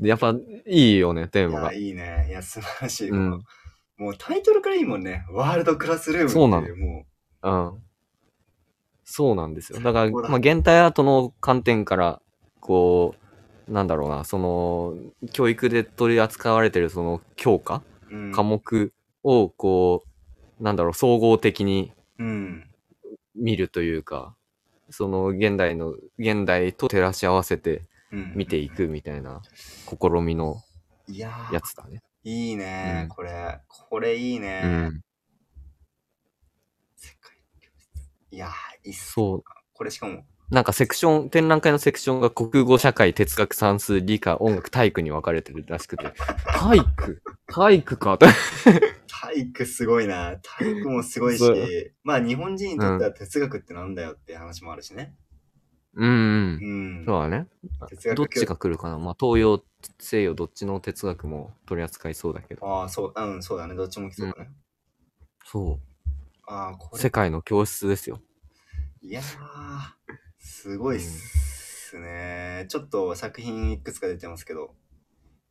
[SPEAKER 2] やっぱ、いいよね、テー
[SPEAKER 1] い
[SPEAKER 2] マ
[SPEAKER 1] や
[SPEAKER 2] が。
[SPEAKER 1] いいね。いや、素晴らしい。
[SPEAKER 2] うん
[SPEAKER 1] もうタイトルからいいもんね。ワールドクラスルームってい
[SPEAKER 2] そうなの
[SPEAKER 1] も
[SPEAKER 2] うん。そうなんですよ。だから、
[SPEAKER 1] そうだ
[SPEAKER 2] まあ、現代アートの観点から、こう、なんだろうな、その、教育で取り扱われてる、その、教科、
[SPEAKER 1] う、うん、
[SPEAKER 2] 科目を、こう、なんだろう、総合的に
[SPEAKER 1] うん。
[SPEAKER 2] 見るというか、その、現代の、現代と照らし合わせて
[SPEAKER 1] うん。
[SPEAKER 2] 見ていくみたいな、試みの
[SPEAKER 1] いやー
[SPEAKER 2] やつだね。
[SPEAKER 1] いいね、
[SPEAKER 2] うん
[SPEAKER 1] これ。これいいね。
[SPEAKER 2] うん。
[SPEAKER 1] 世界の教室いやー、いっそ。
[SPEAKER 2] そう。
[SPEAKER 1] これしかも、
[SPEAKER 2] なんかセクション、展覧会のセクションが国語、社会、哲学、算数、理科、音楽、体育に分かれてるらしくて。体育体育かと。
[SPEAKER 1] 体育すごいな。体育もすごい
[SPEAKER 2] そ
[SPEAKER 1] し、まあ日本人にとっては哲学ってなんだよって話もあるしね。
[SPEAKER 2] うん、うん。
[SPEAKER 1] うん。
[SPEAKER 2] そうだね。
[SPEAKER 1] 哲学
[SPEAKER 2] どっち
[SPEAKER 1] 教
[SPEAKER 2] が来るかな。まあ東洋、西洋、どっちの哲学も取り扱いそうだけど。
[SPEAKER 1] ああ、そう、うん、そうだね。どっちも来そうだね。
[SPEAKER 2] そ
[SPEAKER 1] ああ、こ
[SPEAKER 2] う。
[SPEAKER 1] れ
[SPEAKER 2] 世。界の教室ですよ。
[SPEAKER 1] いやー、すごいっすね。ちょっと作品いくつか出てますけど、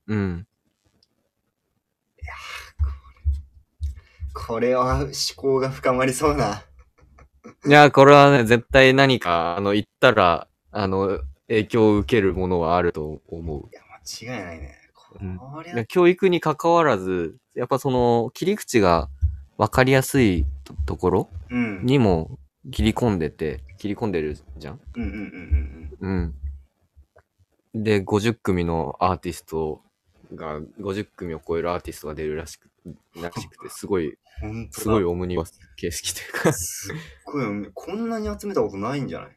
[SPEAKER 2] うん。
[SPEAKER 1] これは思考が深まりそうな。
[SPEAKER 2] いや、これはね、絶対何か、あの、言ったら、あの、影響を受けるものはあると思う。
[SPEAKER 1] いや、間違いないね。こ
[SPEAKER 2] うん
[SPEAKER 1] り
[SPEAKER 2] い
[SPEAKER 1] ゃ
[SPEAKER 2] や、教育に関わらず、やっぱその、切り口が分かりやすいとところ
[SPEAKER 1] うん。
[SPEAKER 2] にも切り込んでて、切り込んでるじゃん
[SPEAKER 1] うんうんうんうん
[SPEAKER 2] うん。で、50組のアーティストが、50組を超えるアーティストが出るらしくらしくて、すごい、
[SPEAKER 1] うん。ほんとだ
[SPEAKER 2] すごいオムニバス形式というか。
[SPEAKER 1] すっごい、こんなに集めたことないんじゃない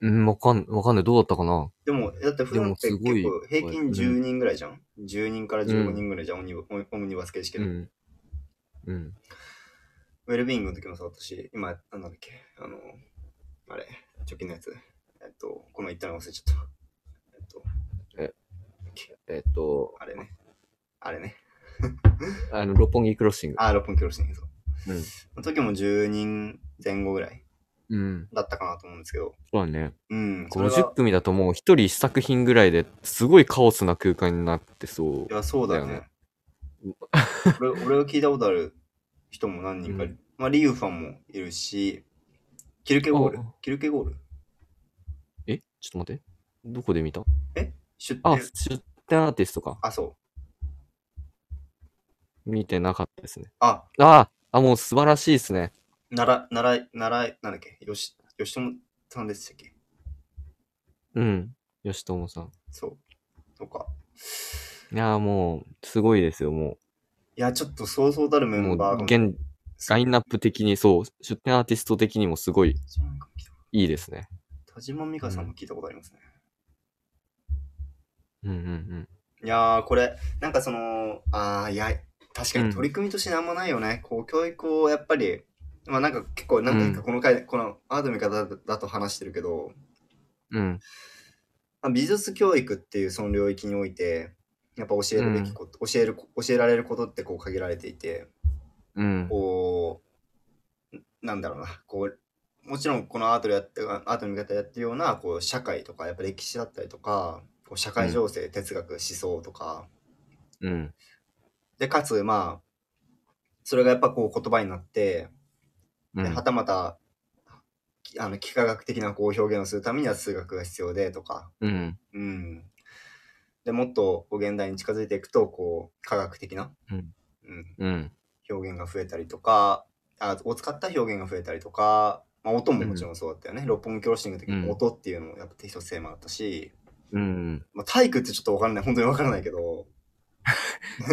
[SPEAKER 2] うん、わかん、わかんない。どうだったかな
[SPEAKER 1] でも、だって普段って結
[SPEAKER 2] でもすごい
[SPEAKER 1] 構平均10人ぐらいじゃん、?10 人から15人ぐらいじゃん、オムニバオムニバス形式
[SPEAKER 2] う
[SPEAKER 1] で、
[SPEAKER 2] ん。うん。
[SPEAKER 1] ウェルビーイングの時もさ、私、今、なんだっけ、あの、あれ、貯金のやつ。えっと、この言ったの忘れちゃった。えっと、
[SPEAKER 2] えっと、
[SPEAKER 1] あれね。あれね。
[SPEAKER 2] あの、六本木クロッシング。
[SPEAKER 1] あ、6分キロシング、そう。
[SPEAKER 2] うん
[SPEAKER 1] の時も10人前後ぐらい
[SPEAKER 2] うん。
[SPEAKER 1] だったかなと思うんですけど。
[SPEAKER 2] そうだね。
[SPEAKER 1] うん、それは
[SPEAKER 2] 50組だともう一人一作品ぐらいですごいカオスな空間になって
[SPEAKER 1] い。
[SPEAKER 2] そう
[SPEAKER 1] や、そうだよ
[SPEAKER 2] だよ
[SPEAKER 1] ね。俺俺が聞いたことある人も何人かいる、まあ、リユファンもいるし、キルケゴール
[SPEAKER 2] おうおう
[SPEAKER 1] キルケゴール
[SPEAKER 2] えちょっと待って。どこで見た
[SPEAKER 1] 出
[SPEAKER 2] あ、
[SPEAKER 1] 店
[SPEAKER 2] 出店アーティストか。
[SPEAKER 1] あ、そう。
[SPEAKER 2] 見てなかったですね。
[SPEAKER 1] あ、
[SPEAKER 2] ああ、もう素晴らしいですね。
[SPEAKER 1] 奈良、奈良、奈良、なんだっけよし、吉友さんでしたっけ
[SPEAKER 2] うん。吉友さん。
[SPEAKER 1] そう。とか。
[SPEAKER 2] いやーもう、すごいですよ、も
[SPEAKER 1] いや、ちょっとそうそうたるメ
[SPEAKER 2] う。も
[SPEAKER 1] ンバー
[SPEAKER 2] う、
[SPEAKER 1] が。
[SPEAKER 2] 現、ラインナップ的に、そう、出店アーティスト的にもすごいいいですね。
[SPEAKER 1] 田島美香さんも聞いたことありますね。
[SPEAKER 2] うんうん
[SPEAKER 1] いやー、これ、なんかその、あー、いや、確かに取り組みとしてなんもないよね。こう、教育をやっぱり、まあなんか結構、なんか
[SPEAKER 2] うん
[SPEAKER 1] この回、このアートの見方だと話してるけど、
[SPEAKER 2] うん。うん。
[SPEAKER 1] まあ美術教育っていうその領域において、やっぱ教えるべきこと、教えるこ、教えられることってこう限られていて、
[SPEAKER 2] うん。
[SPEAKER 1] こう、なんだろうな、こう、もちろんこのアートでやって、アートの見方でやってるような、こう、社会とか、やっぱ歴史だったりとか、こう社会情勢、哲学、思想とか、
[SPEAKER 2] うん。
[SPEAKER 1] で、かつ、まあ、それがやっぱこう言葉になって、
[SPEAKER 2] う
[SPEAKER 1] で
[SPEAKER 2] ん
[SPEAKER 1] は。たまた、きあの、幾何学的なこう表現をするためには数学が必要でとか、
[SPEAKER 2] うん。
[SPEAKER 1] うん。で、もっとこう現代に近づいていくと、こう、科学的な、
[SPEAKER 2] うん
[SPEAKER 1] うん、
[SPEAKER 2] うん。
[SPEAKER 1] 表現が増えたりとか、あを使った表現が増えたりとか、まあ、音ももちろんそうだったよね。六本木クロッシングの時
[SPEAKER 2] うん
[SPEAKER 1] も音っていうのもやっぱ一つテーマだったし、
[SPEAKER 2] うん。
[SPEAKER 1] まあ、体育ってちょっとわからない、 本当にわからないけど、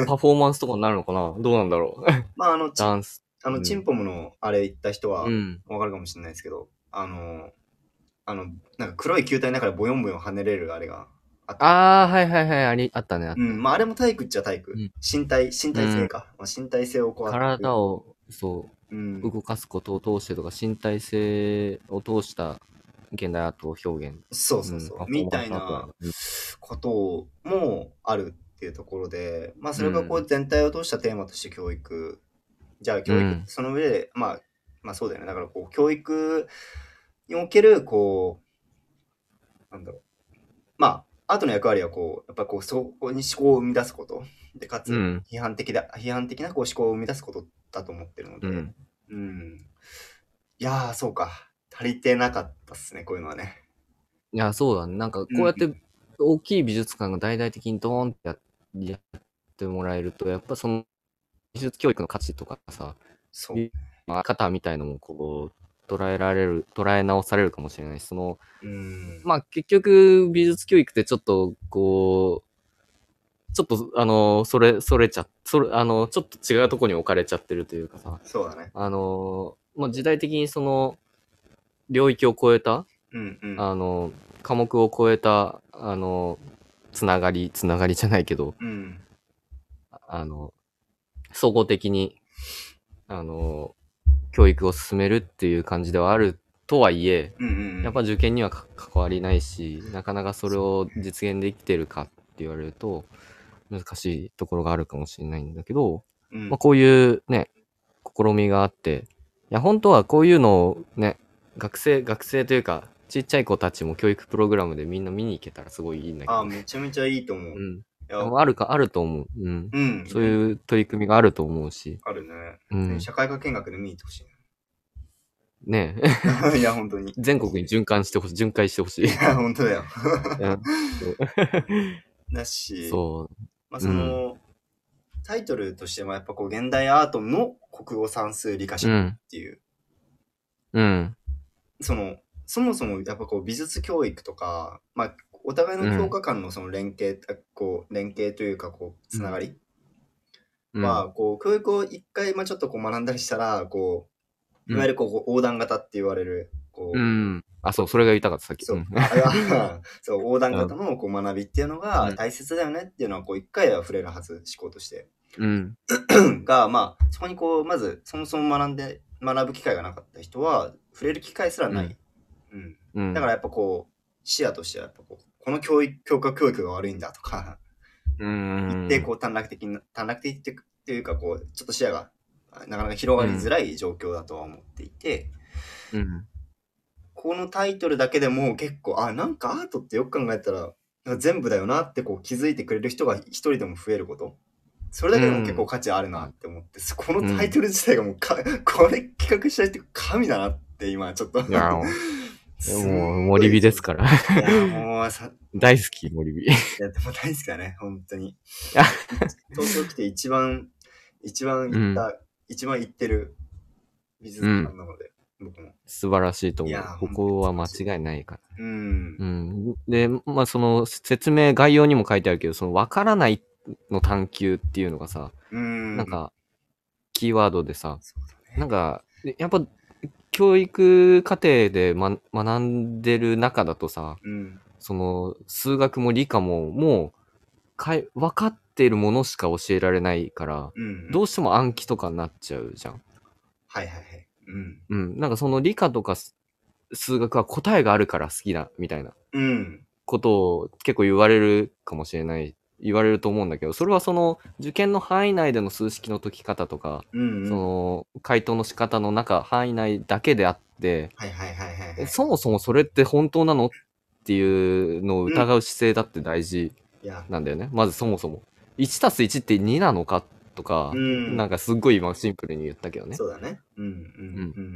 [SPEAKER 2] パフォーマンスとかになるのかなどうなんだ ろう。
[SPEAKER 1] まああの、ち
[SPEAKER 2] ダンス。
[SPEAKER 1] あの
[SPEAKER 2] うん
[SPEAKER 1] チンポムのあれ行った人は
[SPEAKER 2] うん。
[SPEAKER 1] わかるかもしれないですけど、あの、あの、なんか黒い球体の中でボヨンボヨン跳ねれるあれがあった。
[SPEAKER 2] あー、はいはいはい、あり、あったね。あっ
[SPEAKER 1] うん、まああれも体育っちゃ体育。
[SPEAKER 2] うん
[SPEAKER 1] 身体、身体性か。まあ、身体性をこう
[SPEAKER 2] た体
[SPEAKER 1] を、
[SPEAKER 2] を、そう、
[SPEAKER 1] うん、
[SPEAKER 2] 動かすことを通してとか身体性を通した現代アートを表現
[SPEAKER 1] そうそうそう。みたいな、こともあるっていうところで、まあ、それがこ
[SPEAKER 2] う
[SPEAKER 1] う全体を通したテーマとして教育、じゃあ教育、
[SPEAKER 2] うん
[SPEAKER 1] その上で、まあ、まあそうだよねだからこう教育におけるこうなんだろうまあアートの役割はこうやっぱこうそこに思考を生み出すことでかつ
[SPEAKER 2] うん
[SPEAKER 1] 批判的だ、批判的なこう思考を生み出すことだと思ってるので、
[SPEAKER 2] うん
[SPEAKER 1] うんいやーそうか足りてなかったっすねこういうのはね。
[SPEAKER 2] いやそうだねなんかこうやって大きい美術館が大々的にドーンってややってもらえるとやっぱその美術教育の価値とかさ
[SPEAKER 1] そう
[SPEAKER 2] いまあ方みたいのもこう捉えられる捉え直されるかもしれないしその
[SPEAKER 1] うん
[SPEAKER 2] まあ結局美術教育ってちょっとこうちょっとあのそれそれちゃそれあのちょっと違うとこに置かれちゃってるというかさ
[SPEAKER 1] そうだね。
[SPEAKER 2] あのまあ、時代的にその領域を超えた、
[SPEAKER 1] うんうん。
[SPEAKER 2] あの科目を超えた、あのつながり、つながりじゃないけど、
[SPEAKER 1] うん
[SPEAKER 2] あの総合的に、あの教育を進めるっていう感じではあるとはいえ、
[SPEAKER 1] うんうんうん
[SPEAKER 2] やっぱ受験にはか関わりないし、なかなかそれを実現できてるかって言われると、難しいところがあるかもしれないんだけど、
[SPEAKER 1] うん
[SPEAKER 2] まあ、こういうね、試みがあって、いや、本当はこういうのをね、学生、学生というか、ちっちゃい子たちも教育プログラムでみんな見に行けたらすごいいいんだけ
[SPEAKER 1] あ
[SPEAKER 2] ど。
[SPEAKER 1] めちゃめちゃいいと思う。
[SPEAKER 2] う
[SPEAKER 1] い
[SPEAKER 2] ん。
[SPEAKER 1] や
[SPEAKER 2] あるか、あると思う。うん。
[SPEAKER 1] うん、
[SPEAKER 2] そういう取り組みがあると思うし。
[SPEAKER 1] あるね。
[SPEAKER 2] うん。
[SPEAKER 1] 社会科見学で見に行ってほし
[SPEAKER 2] ね え
[SPEAKER 1] い。いや、本当に。い
[SPEAKER 2] 全国に循環してほしい、巡回してほしい。
[SPEAKER 1] や、本当だよ。
[SPEAKER 2] うん
[SPEAKER 1] だし、
[SPEAKER 2] そ
[SPEAKER 1] まあ、 その、タイトルとしてはやっぱこう、現代アートの国語算数理科
[SPEAKER 2] う。う
[SPEAKER 1] 者っ
[SPEAKER 2] ん。
[SPEAKER 1] ていう、
[SPEAKER 2] うん。
[SPEAKER 1] その、そもそもやっぱこう、美術教育とか、まあ、お互いの教科間のその連携、あこう、連携というか、こう、つながり
[SPEAKER 2] うん。
[SPEAKER 1] は、こう、教育を一回、まあ、ちょっとこう、学んだりしたら、こう、
[SPEAKER 2] うん
[SPEAKER 1] いわゆるこう、横断型って言われる、こう、
[SPEAKER 2] うん。あ、そう、それが言いたかった、さっき。
[SPEAKER 1] そう
[SPEAKER 2] うん。
[SPEAKER 1] あれは そう横断型のこう学びっていうのが
[SPEAKER 2] うん
[SPEAKER 1] 大切だよねっていうのはこう一回は触れるはず思考として
[SPEAKER 2] うん。
[SPEAKER 1] がまあそこにこうまずそもそも学んで学ぶ機会がなかった人は触れる機会すらない、うん
[SPEAKER 2] うん。
[SPEAKER 1] だからやっぱこう視野としてはやっぱこうこの教育教科教育が悪いんだとか
[SPEAKER 2] うん、
[SPEAKER 1] 言ってこう短絡的な短絡的っていうかこうちょっと視野がなかなか広がりづらい状況だとは思っていて、
[SPEAKER 2] うん。
[SPEAKER 1] このタイトルだけでも結構あなんかアートってよく考えたらなんか全部だよなってこう気づいてくれる人が一人でも増えることそれだけでも結構価値あるなって思って、このタイトル自体がもうか、これ企画した人神だなっって今ちょっと。
[SPEAKER 2] い や、も
[SPEAKER 1] すん
[SPEAKER 2] う、
[SPEAKER 1] ごい
[SPEAKER 2] もう森火ですから。
[SPEAKER 1] いや、もうさ、
[SPEAKER 2] 大好き、森火。
[SPEAKER 1] いや、でも大好きだね、本当に
[SPEAKER 2] や。
[SPEAKER 1] 東京来て一番、一番行った、一番行ってる水族館なので、僕も。
[SPEAKER 2] 素晴らしいと思
[SPEAKER 1] いうやー。
[SPEAKER 2] ここは間違いないから。
[SPEAKER 1] うん
[SPEAKER 2] う。ん。で、まあ、その説明、概要にも書いてあるけど、その分からないの探求っていうのがさ、
[SPEAKER 1] うん。
[SPEAKER 2] なん、か、キーワードでさ、
[SPEAKER 1] そうだね。
[SPEAKER 2] なんか、でやっぱ、教育課程で、ま、学んでる中だとさ、
[SPEAKER 1] うん。
[SPEAKER 2] その、数学も理科も、もう、かい、分かってるものしか教えられないから、
[SPEAKER 1] うん。
[SPEAKER 2] どうしても暗記とかになっちゃうじゃん。
[SPEAKER 1] はいはいはい。うん。
[SPEAKER 2] うん。なんかその理科とかす数学は答えがあるから好きだ、みたいな
[SPEAKER 1] うん。
[SPEAKER 2] ことを結構言われるかもしれない、言われると思うんだけど、それはその、受験の範囲内での数式の解き方とか、
[SPEAKER 1] うん。
[SPEAKER 2] その、回答の仕方の中、範囲内だけであって、
[SPEAKER 1] はいはいはいはいは
[SPEAKER 2] え
[SPEAKER 1] い。
[SPEAKER 2] そもそもそれって本当なのっていうのを疑う姿勢だって大事
[SPEAKER 1] いや、
[SPEAKER 2] なんだよね。まずそもそも。1たす1って2なのかとか、
[SPEAKER 1] うん
[SPEAKER 2] なんかすっごい今シンプルに言ったけどね。
[SPEAKER 1] そうだね。うんうん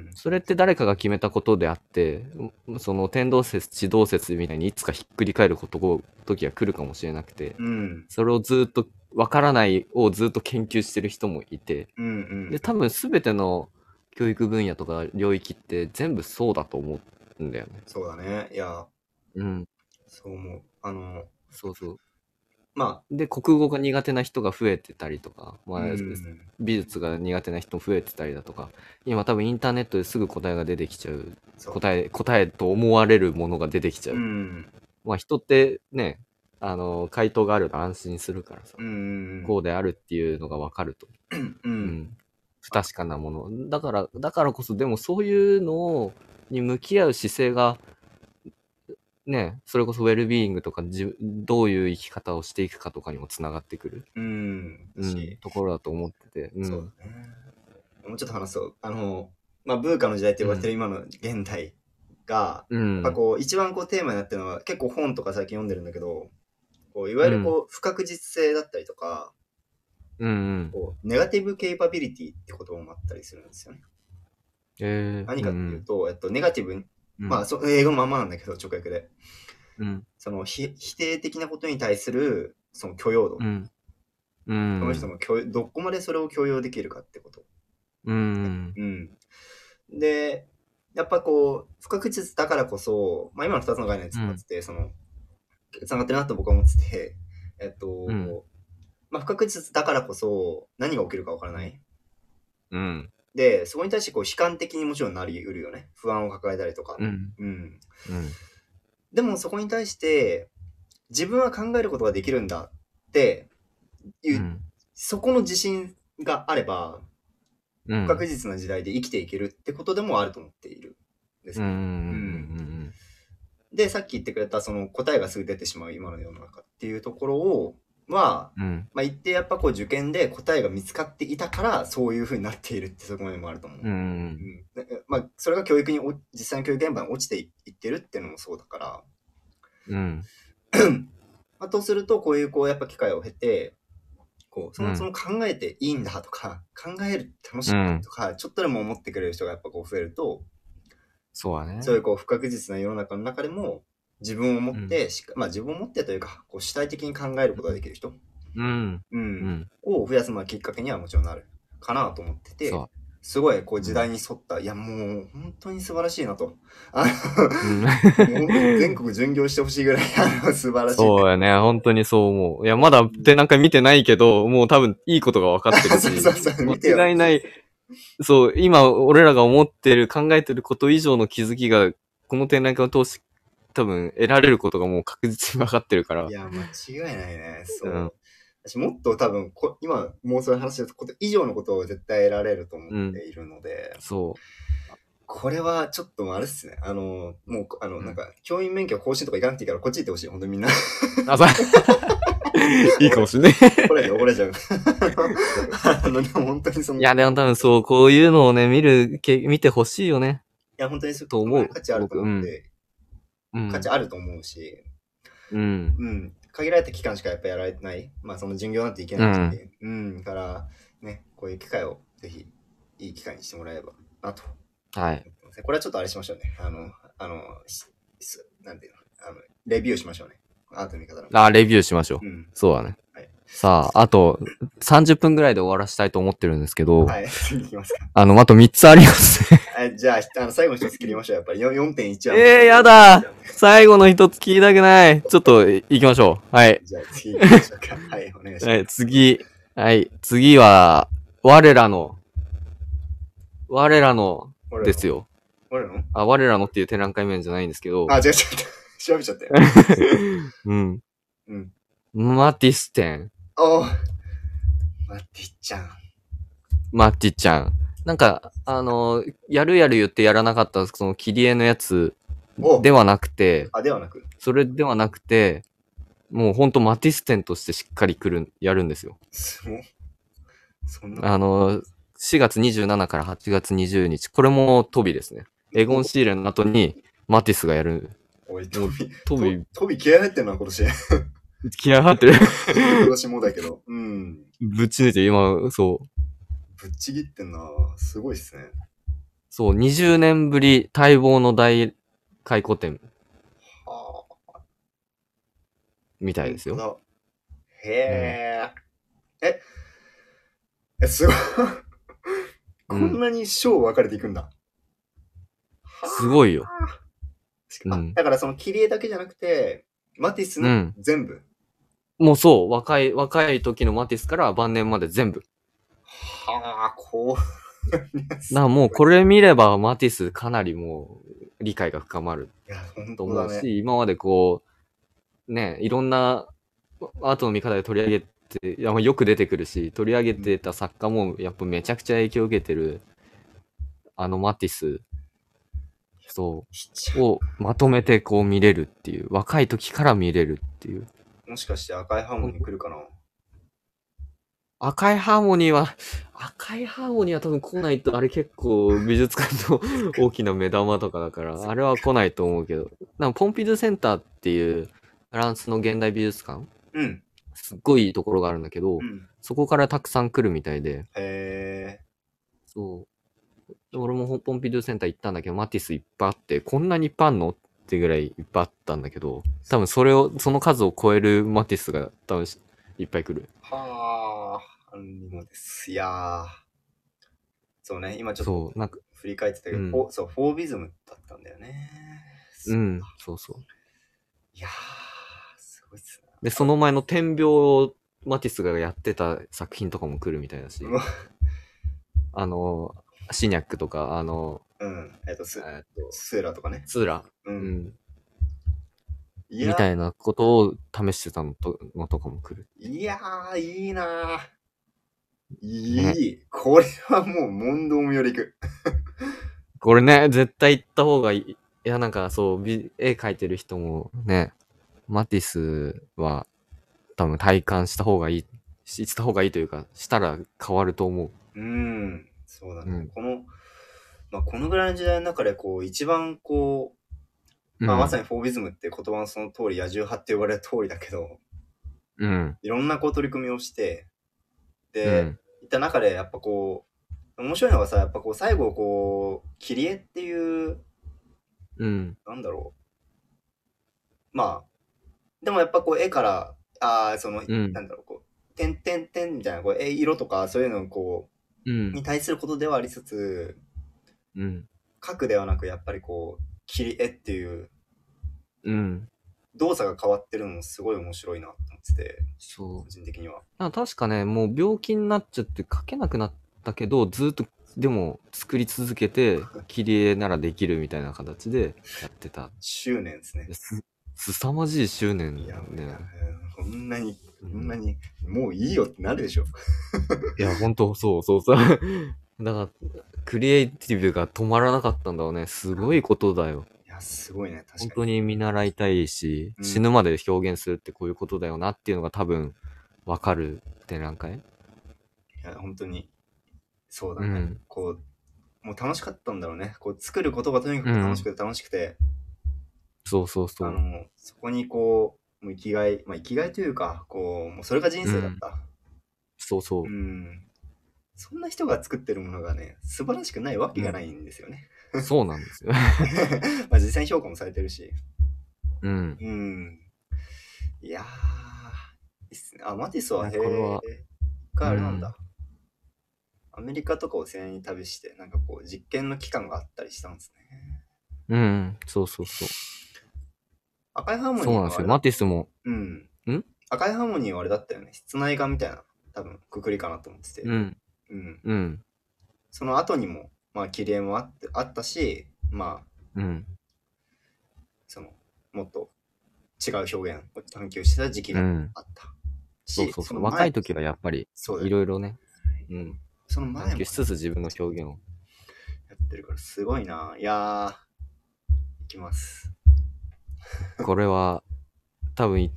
[SPEAKER 1] うん。
[SPEAKER 2] それって誰かが決めたことであって、うその天動説、地動説みたいにいつかひっくり返ることご時が来るかもしれなくて、
[SPEAKER 1] うん。
[SPEAKER 2] それをずっと、わからないをずっと研究してる人もいて、
[SPEAKER 1] うんうん。
[SPEAKER 2] で、多分全ての教育分野とか領域って全部そうだと思うんだよね。
[SPEAKER 1] そうだね。いや、
[SPEAKER 2] うん。
[SPEAKER 1] そう思う。あの、
[SPEAKER 2] そうそう。
[SPEAKER 1] ま
[SPEAKER 2] で、国語が苦手な人が増えてたりとか、
[SPEAKER 1] あ、
[SPEAKER 2] まあ
[SPEAKER 1] うん
[SPEAKER 2] 美術が苦手な人も増えてたりだとか、今多分インターネットですぐ答えが出てきちゃう、
[SPEAKER 1] そう
[SPEAKER 2] 答え、答えと思われるものが出てきちゃう。
[SPEAKER 1] うん。
[SPEAKER 2] まあ人ってね、あの、回答があると安心するからさ、
[SPEAKER 1] うんうんうん。
[SPEAKER 2] こうであるっていうのがわかると。
[SPEAKER 1] う。
[SPEAKER 2] うんん。不確かなもの。だから、だからこそ、でもそういうのを、に向き合う姿勢が、ね、それこそウェルビーイングとか、じどういう生き方をしていくかとかにもつながってくる。
[SPEAKER 1] うん。だ
[SPEAKER 2] う
[SPEAKER 1] し
[SPEAKER 2] ん、ところだと思ってて。うん、
[SPEAKER 1] そうだね。もうちょっと話そう。あの、まあ、ブーカの時代って呼ばれてる今の現代が、
[SPEAKER 2] うん。
[SPEAKER 1] やっぱこう、一番こうテーマになってるのは、結構本とか最近読んでるんだけど、こういわゆるこう、不確実性だったりとか、
[SPEAKER 2] うんうん。
[SPEAKER 1] こう、ネガティブケイパビリティって言葉もあったりするんですよね。
[SPEAKER 2] えー、
[SPEAKER 1] 何かっていうと、えっと、ネガティブに、
[SPEAKER 2] うん、
[SPEAKER 1] まあ、そ英語のまんまなんだけど、直訳で。
[SPEAKER 2] うん、
[SPEAKER 1] その、ひ否定的なことに対する、その許容度。
[SPEAKER 2] うん。うん。
[SPEAKER 1] この人も許容どこまでそれを許容できるかってこと。
[SPEAKER 2] うん。
[SPEAKER 1] うん。で、やっぱこう、不確実だからこそ、まあ今の二つの概念つながってて、その、つながってるなと僕は思ってて、えっと、
[SPEAKER 2] ん
[SPEAKER 1] まあ不確実だからこそ何が起きるかわからない。
[SPEAKER 2] うん。
[SPEAKER 1] で、そこに対してこう悲観的にもちろんなり得るよね。不安を抱えたりとか。
[SPEAKER 2] うん。
[SPEAKER 1] うん
[SPEAKER 2] うん。
[SPEAKER 1] でもそこに対して、自分は考えることができるんだっていう、そこの自信があれば、
[SPEAKER 2] うん。
[SPEAKER 1] 不確実な時代で生きていけるってことでもあると思っているんです
[SPEAKER 2] うん。う
[SPEAKER 1] ね
[SPEAKER 2] ん。
[SPEAKER 1] で、さっき言ってくれたその答えがすぐ出てしまう今の世の中っていうところを、は、
[SPEAKER 2] うん。
[SPEAKER 1] まあ、一定やっぱこう受験で答えが見つかっていたからそういうふうになっているってそこまでもあると思う。
[SPEAKER 2] う
[SPEAKER 1] うん
[SPEAKER 2] ん。
[SPEAKER 1] でまあ、それが教育にお、実際の教育現場に落ちていいってるっていうのもそうだから、
[SPEAKER 2] うん。
[SPEAKER 1] まあ、とするとこういうこうやっぱ機会を経て、こう、そもそも考えていいんだとか、考える楽しいんだとか、ちょっとでも思ってくれる人がやっぱこう増えると、
[SPEAKER 2] そうだね。
[SPEAKER 1] そういうこう不確実な世の中の中でも自分を持ってしっか、まあ自分を持ってというかこう主体的に考えることができる人、
[SPEAKER 2] うん。
[SPEAKER 1] うん
[SPEAKER 2] うん。
[SPEAKER 1] を増やすまあきっかけにはもちろんなるかなと思ってて
[SPEAKER 2] そ
[SPEAKER 1] すごいこう時代に沿った、いやもう本当に素晴らしいなとあ
[SPEAKER 2] う。
[SPEAKER 1] のもう全国巡業してほしいぐらい あの素晴らしい
[SPEAKER 2] そうやね。本当にそう思う。いや、まだ展覧会見てないけど、もう多分いいことが分かってるし。
[SPEAKER 1] そうそうそう見てよ
[SPEAKER 2] 間違いない。そう、今、俺らが思ってる、考えてること以上の気づきが、この展覧会を通して、多分得られることがもう確実に分かってるから
[SPEAKER 1] い。や間違いないねそう、
[SPEAKER 2] うん
[SPEAKER 1] 私もっと多分こ今もうそういう話したこと以上のことを絶対得られると思っているので、
[SPEAKER 2] そ
[SPEAKER 1] これはちょっとあれっすね。あの、もう、あの、
[SPEAKER 2] うん
[SPEAKER 1] なんか、教員免許更新とかいかなくていいから、こっち行ってほしい。ほんとみんな。
[SPEAKER 2] う。あ、そう。いいかもしんない。
[SPEAKER 1] 怒られちゃう、怒られちゃう。 あの、でも本当にその、
[SPEAKER 2] いや、でも多分そう、こういうのをね、見る、け見てほしいよね。
[SPEAKER 1] いや本当にそう
[SPEAKER 2] と思う
[SPEAKER 1] 価値あると思って、
[SPEAKER 2] うん。
[SPEAKER 1] 価値あると思うし、
[SPEAKER 2] うん。
[SPEAKER 1] うん。限られた期間しかやっぱやられてない。まあ、その巡業なんていけないし、うん、から、ね、こういう機会を、ぜひ、いい機会にしてもらえればなと
[SPEAKER 2] はい。
[SPEAKER 1] 思ってます。さい。これはちょっとあれしましょうね。あの、あの、しすなんていうの、あの、レビューしましょうね。アートの見方の。
[SPEAKER 2] あ、レビューしましょう。
[SPEAKER 1] うん。
[SPEAKER 2] そうだね
[SPEAKER 1] はい。
[SPEAKER 2] さあ、あと30分ぐらいで終わらしたいと思ってるんですけど、
[SPEAKER 1] はい、 次行きますか。
[SPEAKER 2] あの、あと3つありますね。
[SPEAKER 1] はいじゃあひ、あの最後の一つ切りましょう。やっぱりよ4.1は。
[SPEAKER 2] えーやだ最後の1つ聞きたくない。ちょっと行きましょう。はい。
[SPEAKER 1] じゃあ、次行きましょうか。 はい、お願いします。
[SPEAKER 2] はい、次。はい、次は、我らの、我らの
[SPEAKER 1] 俺の
[SPEAKER 2] です。よ。
[SPEAKER 1] 俺の
[SPEAKER 2] あ、我らのっていう展覧会名じゃないんですけど、
[SPEAKER 1] あ、違う違う。 調べちゃったよ。
[SPEAKER 2] うん。
[SPEAKER 1] うん。
[SPEAKER 2] マティス展。
[SPEAKER 1] おー。マティちゃん。
[SPEAKER 2] マティちゃん。なんか、あの、やるやる言ってやらなかった、その切り絵のやつ
[SPEAKER 1] お
[SPEAKER 2] ではなくて、
[SPEAKER 1] あ、ではなく。
[SPEAKER 2] それではなくて、もうほんとマティス展としてしっかり来る、やるんですよ。
[SPEAKER 1] すごい。そんな。
[SPEAKER 2] あの、4月27から8月20日、これもトビですね。エゴンシーレの後にマティスがやる。
[SPEAKER 1] おい、飛び、
[SPEAKER 2] トビ、
[SPEAKER 1] 飛び嫌いだってんな、今年。
[SPEAKER 2] 気合入ってる。
[SPEAKER 1] 今年もだけど。うん。
[SPEAKER 2] ぶっち抜いて、今、そう。
[SPEAKER 1] ぶっちぎってんな。すごいっすね。
[SPEAKER 2] そう、20年ぶり待望の大回顧展
[SPEAKER 1] あ
[SPEAKER 2] みた
[SPEAKER 1] あ
[SPEAKER 2] いですよ。
[SPEAKER 1] へえ。え、え、すごい。 こんなに章分かれていくんだ。
[SPEAKER 2] すごいよ。
[SPEAKER 1] あ
[SPEAKER 2] うん
[SPEAKER 1] だからその切り絵だけじゃなくて、マティス
[SPEAKER 2] う
[SPEAKER 1] の
[SPEAKER 2] ん
[SPEAKER 1] 全部。
[SPEAKER 2] もうそう、若い、若い時のマティスから晩年まで全部。
[SPEAKER 1] はあ、こう。い
[SPEAKER 2] な、もうこれ見ればマティスかなりもう理解が深まる
[SPEAKER 1] や、本
[SPEAKER 2] と
[SPEAKER 1] 当
[SPEAKER 2] 思
[SPEAKER 1] だ
[SPEAKER 2] うし、
[SPEAKER 1] ね。
[SPEAKER 2] 今までこう、ね、いろんなアートの見方で取り上げて、いやまあよく出てくるし、取り上げてた作家もやっぱめちゃくちゃ影響を受けてる、あのマティス、そ
[SPEAKER 1] ひっちゃ
[SPEAKER 2] う、をまとめてこう見れるっていう、若い時から見れるっていう。
[SPEAKER 1] もしかして赤いハーモニー来るかな
[SPEAKER 2] 赤いハーモニーは、赤いハーモニーは多分来ないと、あれ結構美術館 の大きな目玉とかだから、あれは来ないと思うけど、なんかポンピドゥセンターっていうフランスの現代美術館、
[SPEAKER 1] うん。
[SPEAKER 2] すっごいいいところがあるんだけど
[SPEAKER 1] う、ん。
[SPEAKER 2] そこからたくさん来るみたいで、
[SPEAKER 1] へえ。
[SPEAKER 2] そう。俺もポンピドゥセンター行ったんだけど、マティスいっぱいあって、こんなにいっぱいあんのってぐらいいっぱいあったんだけど、多分それを、その数を超えるマティスが多分しいっぱい来る。
[SPEAKER 1] はあ、あのです。いやー。そうね、今ちょっと
[SPEAKER 2] そう、なんか、
[SPEAKER 1] 振り返ってたけど、
[SPEAKER 2] うん
[SPEAKER 1] フォそう、フォービズムだったんだよね。
[SPEAKER 2] うん、そうそう。
[SPEAKER 1] いやー、すごいっすね。
[SPEAKER 2] で、その前の天描をマティスがやってた作品とかも来るみたいだし
[SPEAKER 1] うわ、
[SPEAKER 2] あの、シニャックとか、あの、
[SPEAKER 1] うん。えっと、ス
[SPEAKER 2] えーっと
[SPEAKER 1] スーラーとかね。
[SPEAKER 2] ツーラ、
[SPEAKER 1] う。
[SPEAKER 2] うんん、
[SPEAKER 1] い
[SPEAKER 2] み
[SPEAKER 1] や
[SPEAKER 2] たいなことを試してたのとのとかも来る。
[SPEAKER 1] いやー、いいなー。いい。これはもう問答無用でいく。
[SPEAKER 2] これね、絶対行った方がいい。いや、なんかそう、美絵描いてる人もね、マティスは多分体感した方がいい、しした方がいいというか、したら変わると思う。
[SPEAKER 1] うん。そうだね。
[SPEAKER 2] うん
[SPEAKER 1] この、まあ、このぐらいの時代の中で、こう、一番こう、
[SPEAKER 2] うん、
[SPEAKER 1] まあ、まさにフォービズムって言葉のその通り、野獣派って呼ばれる通りだけど、
[SPEAKER 2] うん。
[SPEAKER 1] いろんなこう取り組みをして、
[SPEAKER 2] う
[SPEAKER 1] で、
[SPEAKER 2] ん。
[SPEAKER 1] いった中で、やっぱこう、面白いのがさ、やっぱこう、最後、こう、切り絵っていう、
[SPEAKER 2] うん。
[SPEAKER 1] なんだろう。まあ、でもやっぱこう、絵から、ああ、その、
[SPEAKER 2] うん
[SPEAKER 1] なんだろう、こう、点点点みたいな、こう、絵色とか、そういうのをこ
[SPEAKER 2] う
[SPEAKER 1] う、に
[SPEAKER 2] ん。
[SPEAKER 1] 対することではありつつ、
[SPEAKER 2] うん。
[SPEAKER 1] 書くではなく、やっぱりこう、切り絵っていう、
[SPEAKER 2] うん。
[SPEAKER 1] 動作が変わってるのもすごい面白いなと思ってて、
[SPEAKER 2] そ
[SPEAKER 1] 個人的には。
[SPEAKER 2] う。なんか確かね、もう病気になっちゃって書けなくなったけど、ずっとでも作り続けて、切り絵ならできるみたいな形でやってた。
[SPEAKER 1] 執念ですね。
[SPEAKER 2] す、凄まじい執念
[SPEAKER 1] いや、い
[SPEAKER 2] だよ
[SPEAKER 1] や
[SPEAKER 2] ね。
[SPEAKER 1] こんなに、こ
[SPEAKER 2] うん
[SPEAKER 1] ないに、もういいよってなるでしょ。
[SPEAKER 2] や、ほんと、そうそうそう。 だから、クリエイティブが止まらなかったんだろうね。すごいことだよ。
[SPEAKER 1] いや、すごいね、
[SPEAKER 2] 本
[SPEAKER 1] 確か
[SPEAKER 2] 当
[SPEAKER 1] に。
[SPEAKER 2] に見習いたいし、
[SPEAKER 1] うん
[SPEAKER 2] 死ぬまで表現するってこういうことだよなっていうのが多分わかる展覧会
[SPEAKER 1] いや、本当に、そうだ
[SPEAKER 2] う
[SPEAKER 1] ね
[SPEAKER 2] ん。
[SPEAKER 1] こう、もう楽しかったんだろうね。こう、作ることがとにかく楽しくて楽しくて、
[SPEAKER 2] そうそうそ
[SPEAKER 1] あ
[SPEAKER 2] う。
[SPEAKER 1] の、そこにこう、もう生きがい、まあ生きがいというか、こう、もうそれが人生だった。
[SPEAKER 2] そうそう
[SPEAKER 1] う。ん。そんな人が作ってるものがね、素晴らしくないわけがないんですよね。
[SPEAKER 2] そうなんですよ。
[SPEAKER 1] まあ実践評価もされてるし。
[SPEAKER 2] うん。
[SPEAKER 1] うん。いやー、いいっすね。あ、マティスは、
[SPEAKER 2] い
[SPEAKER 1] へ
[SPEAKER 2] やこれは
[SPEAKER 1] え、一回あれなんだ。アメリカとかを専に旅して、なんかこう、実験の期間があったりしたんですね。
[SPEAKER 2] うん。そうそうそう。
[SPEAKER 1] 赤いハーモニー
[SPEAKER 2] そうなんですよ。
[SPEAKER 1] はあ
[SPEAKER 2] マティスも。
[SPEAKER 1] れうん。
[SPEAKER 2] ん
[SPEAKER 1] 赤いハーモニーはあれだったよね。室内画みたいな、多分、くくりかなと思ってて。
[SPEAKER 2] うん。
[SPEAKER 1] うん
[SPEAKER 2] うん。
[SPEAKER 1] その後にも、まあ、切り絵もあってあったし、まあ、
[SPEAKER 2] うん。
[SPEAKER 1] その、もっと違う表現を探求してた時期
[SPEAKER 2] う
[SPEAKER 1] が
[SPEAKER 2] ん。
[SPEAKER 1] あったし、
[SPEAKER 2] そうそうそう。
[SPEAKER 1] の前
[SPEAKER 2] 若い時はやっぱり、
[SPEAKER 1] そうだ
[SPEAKER 2] い
[SPEAKER 1] よ
[SPEAKER 2] ろいろね。うん。
[SPEAKER 1] その前
[SPEAKER 2] 探
[SPEAKER 1] も
[SPEAKER 2] 求しつつ自分の表現を。
[SPEAKER 1] やってるからすごいな。いやー、いきます。
[SPEAKER 2] これは、多分い、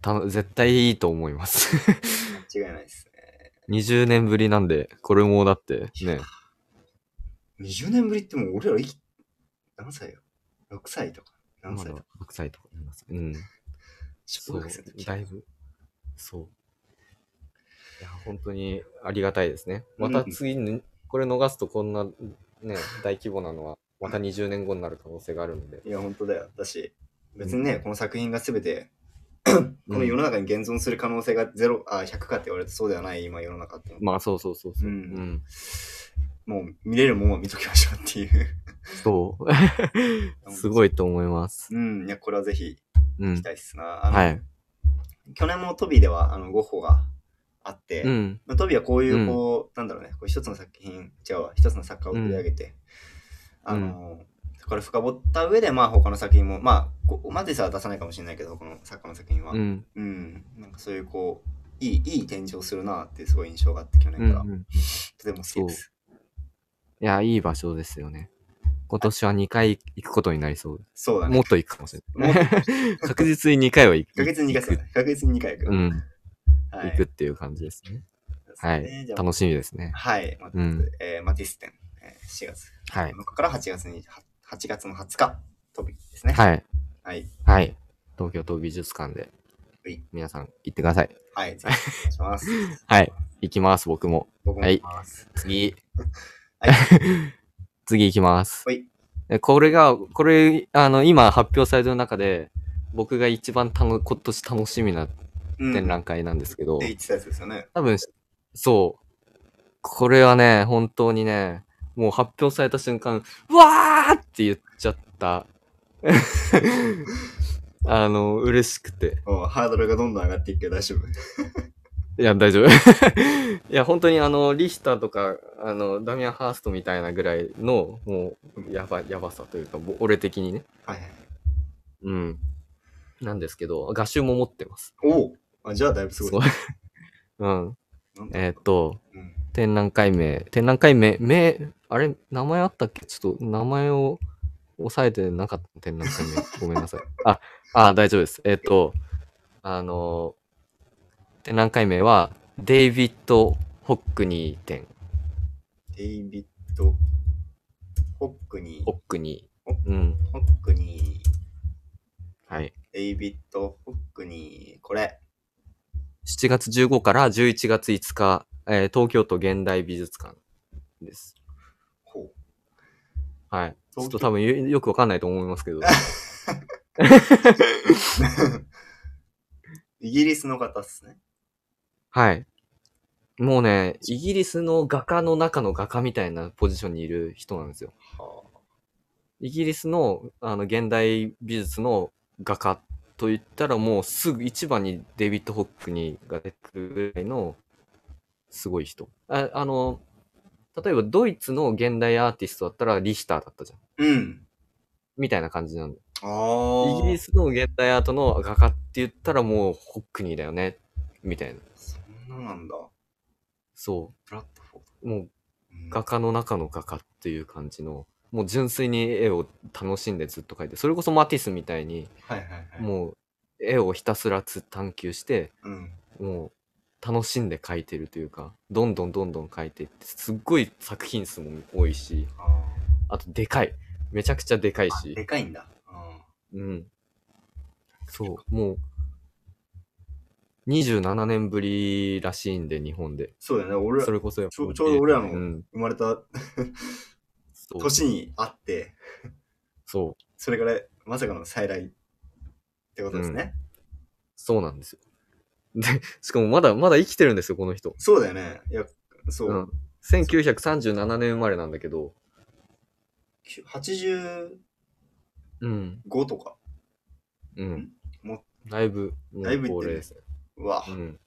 [SPEAKER 2] た絶対いいと思います。
[SPEAKER 1] 間違いないですね。
[SPEAKER 2] 20年ぶりなんで、これもだって、ね。
[SPEAKER 1] 20年ぶりってもう俺ら生き、何歳よ ?6 歳とか。何
[SPEAKER 2] ま
[SPEAKER 1] 歳
[SPEAKER 2] だ
[SPEAKER 1] と
[SPEAKER 2] 6
[SPEAKER 1] か。
[SPEAKER 2] 歳とかいます。うん。
[SPEAKER 1] 小
[SPEAKER 2] そう
[SPEAKER 1] 学生の、時
[SPEAKER 2] だいぶ。そう。いや、本当にありがたいですね。また
[SPEAKER 1] うん
[SPEAKER 2] 次に、これ逃すとこんな、ね、大規模なのは、また20年後になる可能性があるので。
[SPEAKER 1] いや、本当だよ。だし、別にね、
[SPEAKER 2] うん
[SPEAKER 1] この作品が全て、この世の中に現存する可能性がゼロあ100かって言われるとそうではない今世の中っていうのは
[SPEAKER 2] まあ、そうそうそうそう。
[SPEAKER 1] う
[SPEAKER 2] うんん。
[SPEAKER 1] もう見れるもんは見ときましょうっていう。
[SPEAKER 2] そう。すごいと思います。
[SPEAKER 1] うん、いや、これはぜひ
[SPEAKER 2] う
[SPEAKER 1] 行き
[SPEAKER 2] ん。
[SPEAKER 1] たいっすな。あの
[SPEAKER 2] はい。
[SPEAKER 1] 去年もトビではあのゴッホがあって、
[SPEAKER 2] うん。
[SPEAKER 1] まあ、トビはこういうう、
[SPEAKER 2] ん
[SPEAKER 1] こう、なんだろうね、こう一つの作品、じゃあ一つの作家を取り上げて、
[SPEAKER 2] うん
[SPEAKER 1] あのそこから深掘った上で、まあ他の作品も、まあ、こマティスは出さないかもしれないけど、この作家の作品は。う、
[SPEAKER 2] うんん。
[SPEAKER 1] なんかそういう、こう、いい、いい展示をするなっていうすごい印象があって、去年
[SPEAKER 2] う
[SPEAKER 1] から。
[SPEAKER 2] ん。
[SPEAKER 1] とても好きです。
[SPEAKER 2] いや、いい場所ですよね。今年は2回行くことになりそう。
[SPEAKER 1] そうだね。
[SPEAKER 2] もっと行くかもしれ
[SPEAKER 1] もっと
[SPEAKER 2] ない。 確実に2回は行
[SPEAKER 1] 1
[SPEAKER 2] く。
[SPEAKER 1] ヶ月に2回です
[SPEAKER 2] 行
[SPEAKER 1] ね。1ヶ月に2回行
[SPEAKER 2] く
[SPEAKER 1] く。
[SPEAKER 2] うん。
[SPEAKER 1] はい、
[SPEAKER 2] 行くっていう感じですね。は
[SPEAKER 1] そうですね
[SPEAKER 2] い
[SPEAKER 1] じ。ゃあ
[SPEAKER 2] 楽しみですね。
[SPEAKER 1] はい。まず
[SPEAKER 2] うん
[SPEAKER 1] えーマティス展、えー4月
[SPEAKER 2] は
[SPEAKER 1] 7
[SPEAKER 2] い。
[SPEAKER 1] 日から8月に、は8月の20日、トビですね。い。
[SPEAKER 2] はい。
[SPEAKER 1] はい。
[SPEAKER 2] はい。東京都美術館で
[SPEAKER 1] はい、
[SPEAKER 2] 皆さん行ってください。
[SPEAKER 1] はい、ぜひお願いします。
[SPEAKER 2] はい。行きます、僕も。
[SPEAKER 1] 僕も行きます。
[SPEAKER 2] 次。
[SPEAKER 1] はい。
[SPEAKER 2] 次行きます。
[SPEAKER 1] はい。
[SPEAKER 2] えこれが、これ、あの、今発表されてる中で、僕が一番楽、今年楽しみな
[SPEAKER 1] うん
[SPEAKER 2] 展覧会なんですけど、
[SPEAKER 1] って言ってたやつですよね。
[SPEAKER 2] 多分、そう。これはね、本当にね、もう発表された瞬間、うわーって言っちゃった。 あの、嬉しくて。
[SPEAKER 1] おうハードルがどんどん上がっていくけど大丈夫。
[SPEAKER 2] いや、大丈夫。い や、本当にあの、リヒターとか、あの、ダミアン・ハーストみたいなぐらいの、もう、やば、やばさというか、ぼ俺的にね。
[SPEAKER 1] はいはい。
[SPEAKER 2] うん。なんですけど、画集も持ってます。
[SPEAKER 1] おうあじゃあだいぶすごい。
[SPEAKER 2] そう。 うん。
[SPEAKER 1] なんだ
[SPEAKER 2] えーっと、
[SPEAKER 1] うん
[SPEAKER 2] 展覧会名、展覧会名、名、あれ、名前あったっけちょっと名前を押さえてなかった展覧会名。ごめんなさい。あ、あ、大丈夫です。えっ、と、あの展覧会名は、デイビッド・ホックニー展。
[SPEAKER 1] デイビッド・ホックニー
[SPEAKER 2] ホ。ックニー。うん。
[SPEAKER 1] ホックニー。
[SPEAKER 2] はい。
[SPEAKER 1] デイビッド・ホックニー。これ。
[SPEAKER 2] 7月15から11月5日、えー東京都現代美術館です。
[SPEAKER 1] こう。
[SPEAKER 2] はい。ちょっ
[SPEAKER 1] 東京
[SPEAKER 2] と多分よよくわかんないと思いますけど。
[SPEAKER 1] イギリスの方っすね。
[SPEAKER 2] はい。もうね、イギリスの画家の中の画家みたいなポジションにいる人なんですよ。
[SPEAKER 1] はあ
[SPEAKER 2] イギリスのあの現代美術の画家と言ったらもうすぐ一番にデイビッド・ホックニーが出てくるぐらいのすごい人。ああの、例えばドイツの現代アーティストだったらリヒターだったじゃん。
[SPEAKER 1] うん。
[SPEAKER 2] みたいな感じなんで。
[SPEAKER 1] ああ。
[SPEAKER 2] イギリスの現代アートの画家って言ったらもうホックニーだよね。みたいな。
[SPEAKER 1] そんななんだ。
[SPEAKER 2] そ
[SPEAKER 1] プラットフォー
[SPEAKER 2] う。も
[SPEAKER 1] ム。
[SPEAKER 2] う
[SPEAKER 1] うん
[SPEAKER 2] 画家の中の画家っていう感じのもう純粋に絵を楽しんでずっと描いてそれこそマティスみたいに
[SPEAKER 1] はいはいはい。
[SPEAKER 2] もう絵をひたすらつ探求して
[SPEAKER 1] うん。
[SPEAKER 2] もう楽しんで描いてるというかどんどんどんどん描いていってすっごい作品数も多いし
[SPEAKER 1] あー
[SPEAKER 2] あとでかいめちゃくちゃでかい
[SPEAKER 1] あ。で
[SPEAKER 2] し
[SPEAKER 1] かいんだ。うん
[SPEAKER 2] うんそうもう27年ぶりらしいんで日本で
[SPEAKER 1] そうだよね。俺ら
[SPEAKER 2] それこそやっぱ
[SPEAKER 1] ちょちょうど俺らの
[SPEAKER 2] うん
[SPEAKER 1] 生まれた
[SPEAKER 2] そう。
[SPEAKER 1] 年にあって、
[SPEAKER 2] そう。
[SPEAKER 1] それからまさかの再来ってことですね。
[SPEAKER 2] そうなんですよ。で、しかもまだ、まだ生きてるんですよ、この人。
[SPEAKER 1] そうだよね。いや、そう。
[SPEAKER 2] うん。1937年生まれなんだけど、
[SPEAKER 1] 85
[SPEAKER 2] うん。
[SPEAKER 1] とか。
[SPEAKER 2] うん。
[SPEAKER 1] も
[SPEAKER 2] だいぶ、も
[SPEAKER 1] だいぶいっ
[SPEAKER 2] 高
[SPEAKER 1] て
[SPEAKER 2] 齢
[SPEAKER 1] る
[SPEAKER 2] ですね。
[SPEAKER 1] うわ、
[SPEAKER 2] うん。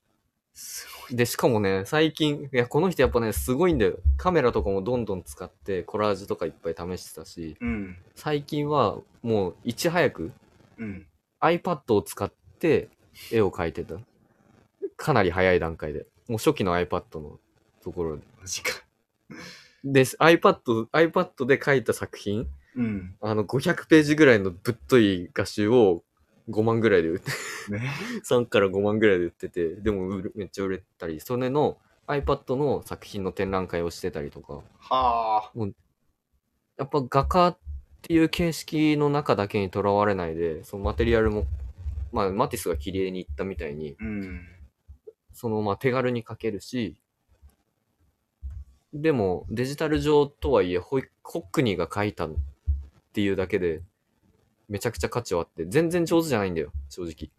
[SPEAKER 1] すごい。
[SPEAKER 2] で、しかもね、最近、いや、この人やっぱね、すごいんだよ。カメラとかもどんどん使って、コラージュとかいっぱい試してたし、
[SPEAKER 1] うん。
[SPEAKER 2] 最近はもういち早く
[SPEAKER 1] うん。
[SPEAKER 2] iPad を使って絵を描いてた。かなり早い段階で。もう初期の iPad のところで。
[SPEAKER 1] マジか。
[SPEAKER 2] で、iPad、iPad で描いた作品、
[SPEAKER 1] うん。
[SPEAKER 2] あの500ページぐらいのぶっとい画集を5万ぐらいで売って、
[SPEAKER 1] ね。
[SPEAKER 2] 3から5万ぐらいで売ってて、でも売るめっちゃ売れたり、それの iPad の作品の展覧会をしてたりとか、
[SPEAKER 1] はあ。
[SPEAKER 2] やっぱ画家っていう形式の中だけにとらわれないで、そのマテリアルも、まあ、マティスが切り絵に行ったみたいに、
[SPEAKER 1] うん。
[SPEAKER 2] そのまあ手軽に描けるし、でもデジタル上とはいえホイ、ホックニーが描いたっていうだけで、めちゃくちゃ価値はあって、全然上手じゃないんだよ、正直。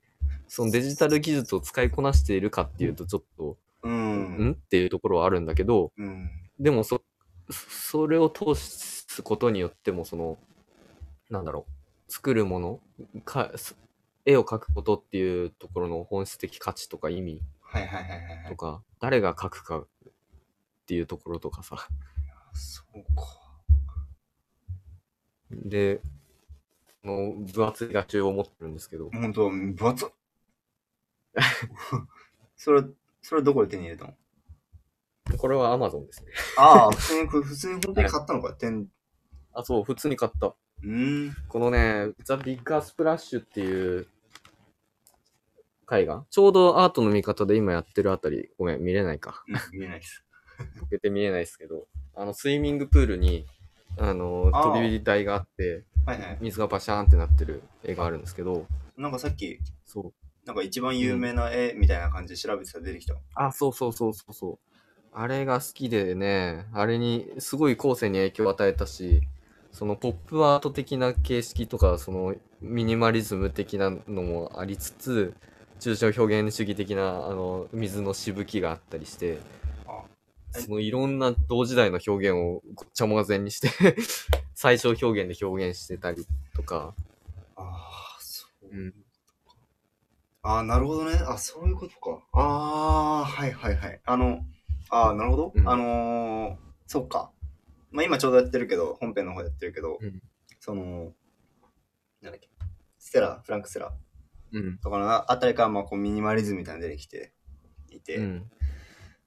[SPEAKER 2] そのデジタル技術を使いこなしているかっていうと、ちょっと、
[SPEAKER 1] う
[SPEAKER 2] うん
[SPEAKER 1] ん。
[SPEAKER 2] っていうところはあるんだけど、
[SPEAKER 1] うん。
[SPEAKER 2] でもそ、それを通すことによっても、その、なんだろう、作るもの、かす絵を描くことっていうところの本質的価値とか意味
[SPEAKER 1] はいはいはいはいは
[SPEAKER 2] と
[SPEAKER 1] い。
[SPEAKER 2] か、誰が描くかっていうところとかさ。
[SPEAKER 1] そうか。
[SPEAKER 2] で、この分厚い画中を持ってるんですけど、
[SPEAKER 1] ほんと、分厚っ それ、それどこで手に入れたの
[SPEAKER 2] これは Amazon ですね。
[SPEAKER 1] ああ、普通に、これ普通に本当に買った のか。てん、う
[SPEAKER 2] あ、そう、普通に買った。
[SPEAKER 1] ーん。
[SPEAKER 2] このね、ザ・ビッグ・アスプラッシュっていう絵画ちょうどアートの見方で今やってるあたり、ごめん、見れないか。
[SPEAKER 1] 見えないです。
[SPEAKER 2] ぼけて見えないですけど、あの、スイミングプールに、あの、
[SPEAKER 1] あー
[SPEAKER 2] 飛び台があって、
[SPEAKER 1] はいはい。
[SPEAKER 2] 水がバシャーンってなってる絵があるんですけど、
[SPEAKER 1] なんかさっき、
[SPEAKER 2] そう。
[SPEAKER 1] なんか一番有名な絵みたいな感じで調べてたら出てきた。
[SPEAKER 2] あ、そうそうそうそうそう。あれが好きでね、あれに、すごい後世に影響を与えたし、そのポップアート的な形式とか、そのミニマリズム的なのもありつつ、抽象表現主義的な、あの、水のしぶきがあったりして
[SPEAKER 1] あ、え
[SPEAKER 2] そのいろんな同時代の表現をごっちゃ混ぜにして、 最小表現で表現してたりとか、
[SPEAKER 1] ああ、そう
[SPEAKER 2] うん
[SPEAKER 1] ああ、なるほどね。あそういうことか。ああ、はいはいはい。あの、ああ、なるほど。
[SPEAKER 2] うん
[SPEAKER 1] あのー、そっか。まあ今ちょうどやってるけど、本編の方やってるけど、
[SPEAKER 2] うん
[SPEAKER 1] その、なんだっけ、ステラ、フランク・ステラ
[SPEAKER 2] うん。
[SPEAKER 1] とかのあたりから、まあこうミニマリズムみたいなの出てきていて、
[SPEAKER 2] うん。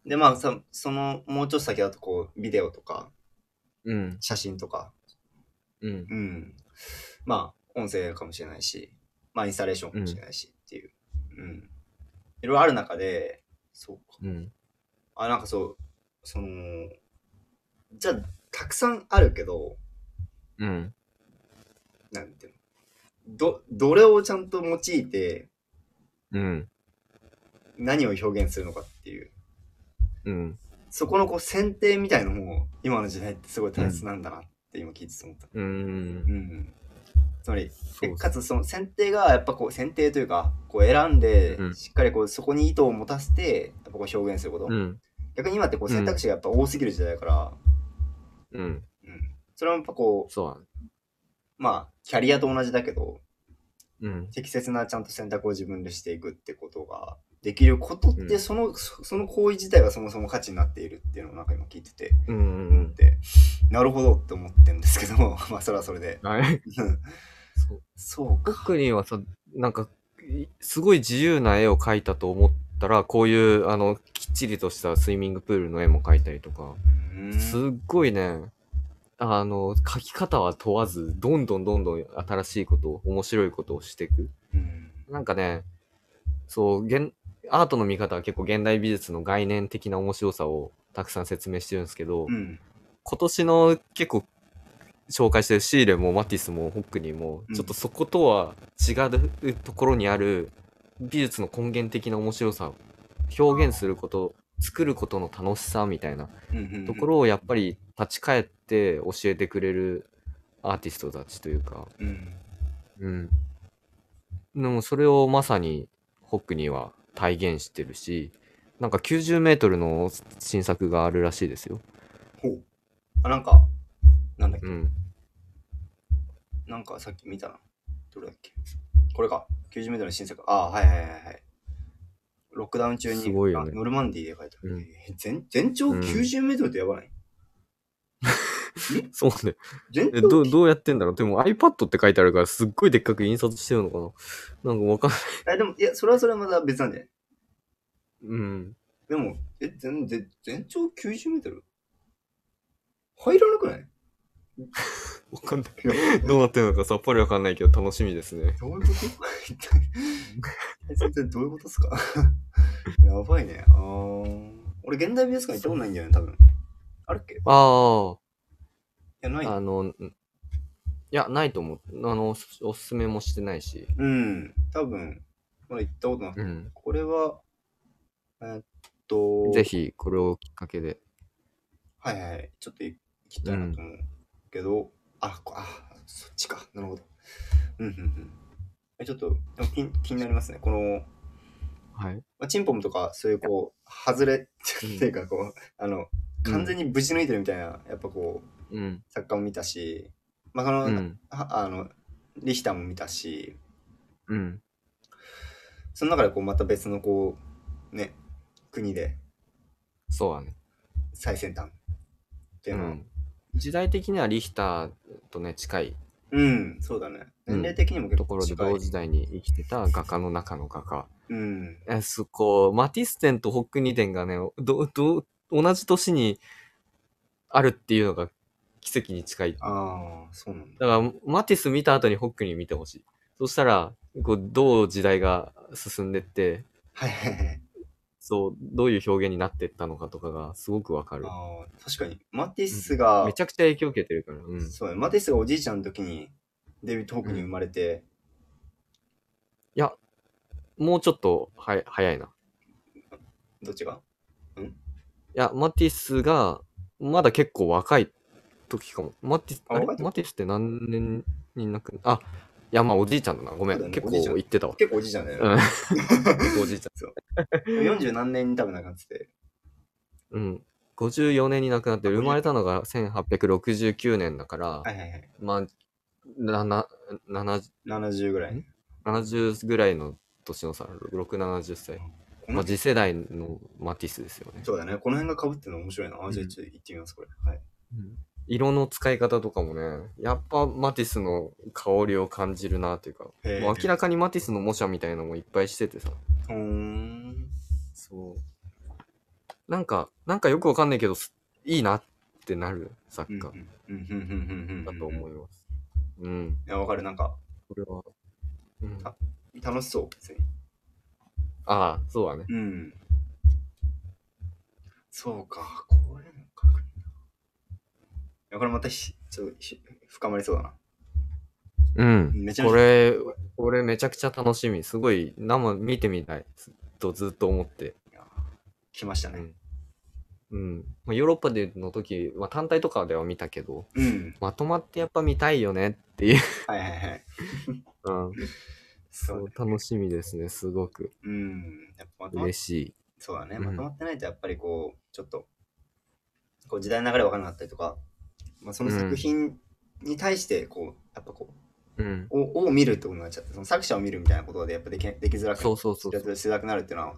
[SPEAKER 1] で、まあさ、その、もうちょっと先だと、こう、ビデオとか、
[SPEAKER 2] うん。
[SPEAKER 1] 写真とか、
[SPEAKER 2] うん。
[SPEAKER 1] うん。まあ、音声かもしれないし、まあ、インスタレーションかもしれないしっていう。うん。いろいろある中で、そうか。
[SPEAKER 2] うん。
[SPEAKER 1] あ、なんかそう、その、じゃあ、たくさんあるけど、
[SPEAKER 2] うん。
[SPEAKER 1] なんていうの。ど、どれをちゃんと用いて
[SPEAKER 2] うん。
[SPEAKER 1] 何を表現するのかっていう、
[SPEAKER 2] うん。
[SPEAKER 1] そこのこう選定みたいのも、今の時代ってすごい大切なんだなって今聞いてて思った。
[SPEAKER 2] うん
[SPEAKER 1] う。ん。つまり、
[SPEAKER 2] そ
[SPEAKER 1] で
[SPEAKER 2] う
[SPEAKER 1] かつその選定がやっぱこう選定というかこう選んで
[SPEAKER 2] うん
[SPEAKER 1] しっかりこうそこに意図を持たせてやっぱこう表現すること、
[SPEAKER 2] うん。
[SPEAKER 1] 逆に今ってこう選択肢がやっぱ多すぎる時代だから、
[SPEAKER 2] うん。
[SPEAKER 1] うん、それはやっぱこ
[SPEAKER 2] そうだね。
[SPEAKER 1] うまあキャリアと同じだけど
[SPEAKER 2] うん。
[SPEAKER 1] 適切なちゃんと選択を自分でしていくってことができることっ
[SPEAKER 2] う
[SPEAKER 1] て
[SPEAKER 2] ん
[SPEAKER 1] その,、そその行為自体がそもそも価値になっているっていうのをなんか今聞いてて
[SPEAKER 2] う
[SPEAKER 1] 思っ
[SPEAKER 2] ん。
[SPEAKER 1] てなるほどって思ってるんですけど まあそれはそれで
[SPEAKER 2] は
[SPEAKER 1] うん
[SPEAKER 2] い。そう。
[SPEAKER 1] そうか
[SPEAKER 2] 僕にはさ、なんか、いすごい自由な絵を描いたと思ったら、こういう、あの、きっちりとしたスイミングプールの絵も描いたりとか、
[SPEAKER 1] うん
[SPEAKER 2] すっごいね、あの、描き方は問わず、どんどんどんどん新しいこと、面白いことをしていく。
[SPEAKER 1] うん
[SPEAKER 2] なんかね、そう、現アートの見方は結構現代美術の概念的な面白さをたくさん説明してるんですけど、
[SPEAKER 1] うん
[SPEAKER 2] 今年の結構紹介してるシーレもマティスもホックニーも、
[SPEAKER 1] うん
[SPEAKER 2] ちょっとそことは違うところにある美術の根源的な面白さ表現すること作ることの楽しさみたいな
[SPEAKER 1] うんうんうん
[SPEAKER 2] ところをやっぱり立ち返って教えてくれるアーティストたちというか、
[SPEAKER 1] うん
[SPEAKER 2] うん。でもそれをまさにホックニーは体現してるし、なんか90メートルの新作があるらしいですよ。
[SPEAKER 1] ほうあなんかなんだっけ
[SPEAKER 2] うん。
[SPEAKER 1] なんかさっき見たなどれだっけこれか 90m の新作ああはいはいはいはいロックダウン中に
[SPEAKER 2] すごいよね
[SPEAKER 1] あノルマンディーで書いてある、
[SPEAKER 2] うん
[SPEAKER 1] え全全長
[SPEAKER 2] うん
[SPEAKER 1] 90m ってやばない、
[SPEAKER 2] そうね。
[SPEAKER 1] 全
[SPEAKER 2] え、
[SPEAKER 1] 長
[SPEAKER 2] どう、どうやってんだろうでも iPad って書いてあるからすっごいでっかく印刷してるのかななんかわかんない。
[SPEAKER 1] えでもいやそれはそれはまた別なんじゃない
[SPEAKER 2] うん。
[SPEAKER 1] でもえ全全全長 90m? 入らなくない
[SPEAKER 2] わかんない
[SPEAKER 1] やばい
[SPEAKER 2] い。どう なってるのかさっぱりわかんないけど楽しみですね。
[SPEAKER 1] どういうこと一体え全然どういうことですか やばいね。あー俺、現代美術館行ったことないんだよね、多分。あるっけい
[SPEAKER 2] あ
[SPEAKER 1] や、ない。
[SPEAKER 2] あ、あの、んいや、ないと思う。あの、おおすすめもしてないし。
[SPEAKER 1] うん、多分。まだ行ったことなくて。
[SPEAKER 2] うん。
[SPEAKER 1] これは、えーっと、
[SPEAKER 2] ぜ。ひ、これをきっかけで。
[SPEAKER 1] はいはい。ちょっと行きたいなと思うけど、あ、こあ、そっちか。なるほど。うんうんうん。えちょっと気に気になりますね。この、
[SPEAKER 2] はい。
[SPEAKER 1] まあ、チンポムとか、そういうこう、外れ、
[SPEAKER 2] うん
[SPEAKER 1] っていうかこう、あの、完全にぶち抜いてるみたいな、やっぱこう、
[SPEAKER 2] うん。
[SPEAKER 1] 作家も見たし、まあ、その、
[SPEAKER 2] うん。
[SPEAKER 1] はあの、リヒターも見たし、
[SPEAKER 2] うん。
[SPEAKER 1] その中でこう、また別のこう、ね、国で
[SPEAKER 2] そうだね。
[SPEAKER 1] 最先端っていううのは、
[SPEAKER 2] ん。時代的にはリヒターとね、近い
[SPEAKER 1] うん、そうだね。
[SPEAKER 2] う
[SPEAKER 1] 年
[SPEAKER 2] ん
[SPEAKER 1] 齢的にも結
[SPEAKER 2] と
[SPEAKER 1] 構
[SPEAKER 2] ころで
[SPEAKER 1] 近い。
[SPEAKER 2] 同時代に生きてた画家の中の画家。
[SPEAKER 1] うん。
[SPEAKER 2] え、そこ、マティステンとホックニデンがね、ど、ど、同じ年にあるっていうのが奇跡に近い。だ
[SPEAKER 1] ああ、そうなんだ。
[SPEAKER 2] から、マティス見た後にホックニー見てほしい。そしたら、こう、どう時代が進んでって、
[SPEAKER 1] はいはいはい。
[SPEAKER 2] そう、どういう表現になってったのかとかがすごくわかる。
[SPEAKER 1] ああ、確かに。マティスが、
[SPEAKER 2] めちゃくちゃ影響受けてるから。うん。
[SPEAKER 1] そうね、マティスがおじいちゃんの時に、デビッド・ホークに生まれて、
[SPEAKER 2] もうちょっと、はい、早いな。
[SPEAKER 1] どっちが
[SPEAKER 2] いや、マティスが、まだ結構若い時かも。マティス、
[SPEAKER 1] あ
[SPEAKER 2] あれ
[SPEAKER 1] 若い時
[SPEAKER 2] マティスって何年になく、あ、いや、まあおじいちゃんだな。ごめん。
[SPEAKER 1] そうだね
[SPEAKER 2] 結
[SPEAKER 1] おじいちゃん
[SPEAKER 2] 構言っ てたわ。
[SPEAKER 1] 結構おじいちゃんだよね。
[SPEAKER 2] うん。結構おじいちゃ
[SPEAKER 1] 40何年に多分亡くなってて。
[SPEAKER 2] ん。うん。54年に亡くなって、生まれたのが1869年だから、
[SPEAKER 1] はいはいはい。
[SPEAKER 2] まあ、なな70
[SPEAKER 1] 70ぐらい
[SPEAKER 2] ん。70ぐらいの年の差、6、70歳。
[SPEAKER 1] この
[SPEAKER 2] まあ、次世代のマティスですよね。
[SPEAKER 1] そうだね。この辺が被ってるの面白いな。あ、じゃあちょっと行ってみます、これ。はい。
[SPEAKER 2] 色の使い方とかもね、やっぱマティスの香りを感じるなというか、
[SPEAKER 1] へー
[SPEAKER 2] もう明らかにマティスの模写みたいのもいっぱいしててさ、
[SPEAKER 1] ほーん。
[SPEAKER 2] そう。なんか、なんかよくわかんないけど、すいいなってなる作
[SPEAKER 1] うん
[SPEAKER 2] 家
[SPEAKER 1] うんうんうんうん
[SPEAKER 2] だと
[SPEAKER 1] うんうん
[SPEAKER 2] 思います。うん。
[SPEAKER 1] いや、わかる。なんか、
[SPEAKER 2] これは、うん、
[SPEAKER 1] あ
[SPEAKER 2] あ
[SPEAKER 1] 楽しそう、別に。
[SPEAKER 2] あ、そうだね。
[SPEAKER 1] うん。そうか。これも書くんだ。いや、これまたひ、ちょっとひ深まりそうだな。
[SPEAKER 2] うん。
[SPEAKER 1] めちゃめちゃ
[SPEAKER 2] これ、これめちゃくちゃ楽しみ。すごい、生見てみたい。ずっとずっと思って。
[SPEAKER 1] 来ました
[SPEAKER 2] う
[SPEAKER 1] ね。
[SPEAKER 2] ん。うん。まあ、ヨーロッパでの時、まあ、単体とかでは見たけど、
[SPEAKER 1] うん。
[SPEAKER 2] まとまってやっぱ見たいよねっていう、
[SPEAKER 1] はいはいはい。
[SPEAKER 2] そ
[SPEAKER 1] そうう。
[SPEAKER 2] 楽しみですねすごく
[SPEAKER 1] うん。やっぱまとまっ
[SPEAKER 2] 嬉しい
[SPEAKER 1] そうだね。
[SPEAKER 2] うん
[SPEAKER 1] まとまってないと、やっぱりこう、ちょっと、こう時代の流れ分からなかったりとか、まあ、その作品に対して、こう、やっぱこう、
[SPEAKER 2] うん
[SPEAKER 1] をを見るってことになっちゃって、その作者を見るみたいなことで、やっぱできできづらく
[SPEAKER 2] そうそうそうそう
[SPEAKER 1] しづらくなるっていうのは、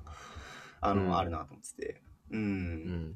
[SPEAKER 1] あの、
[SPEAKER 2] うん
[SPEAKER 1] あるなと思ってて。う。
[SPEAKER 2] うんんや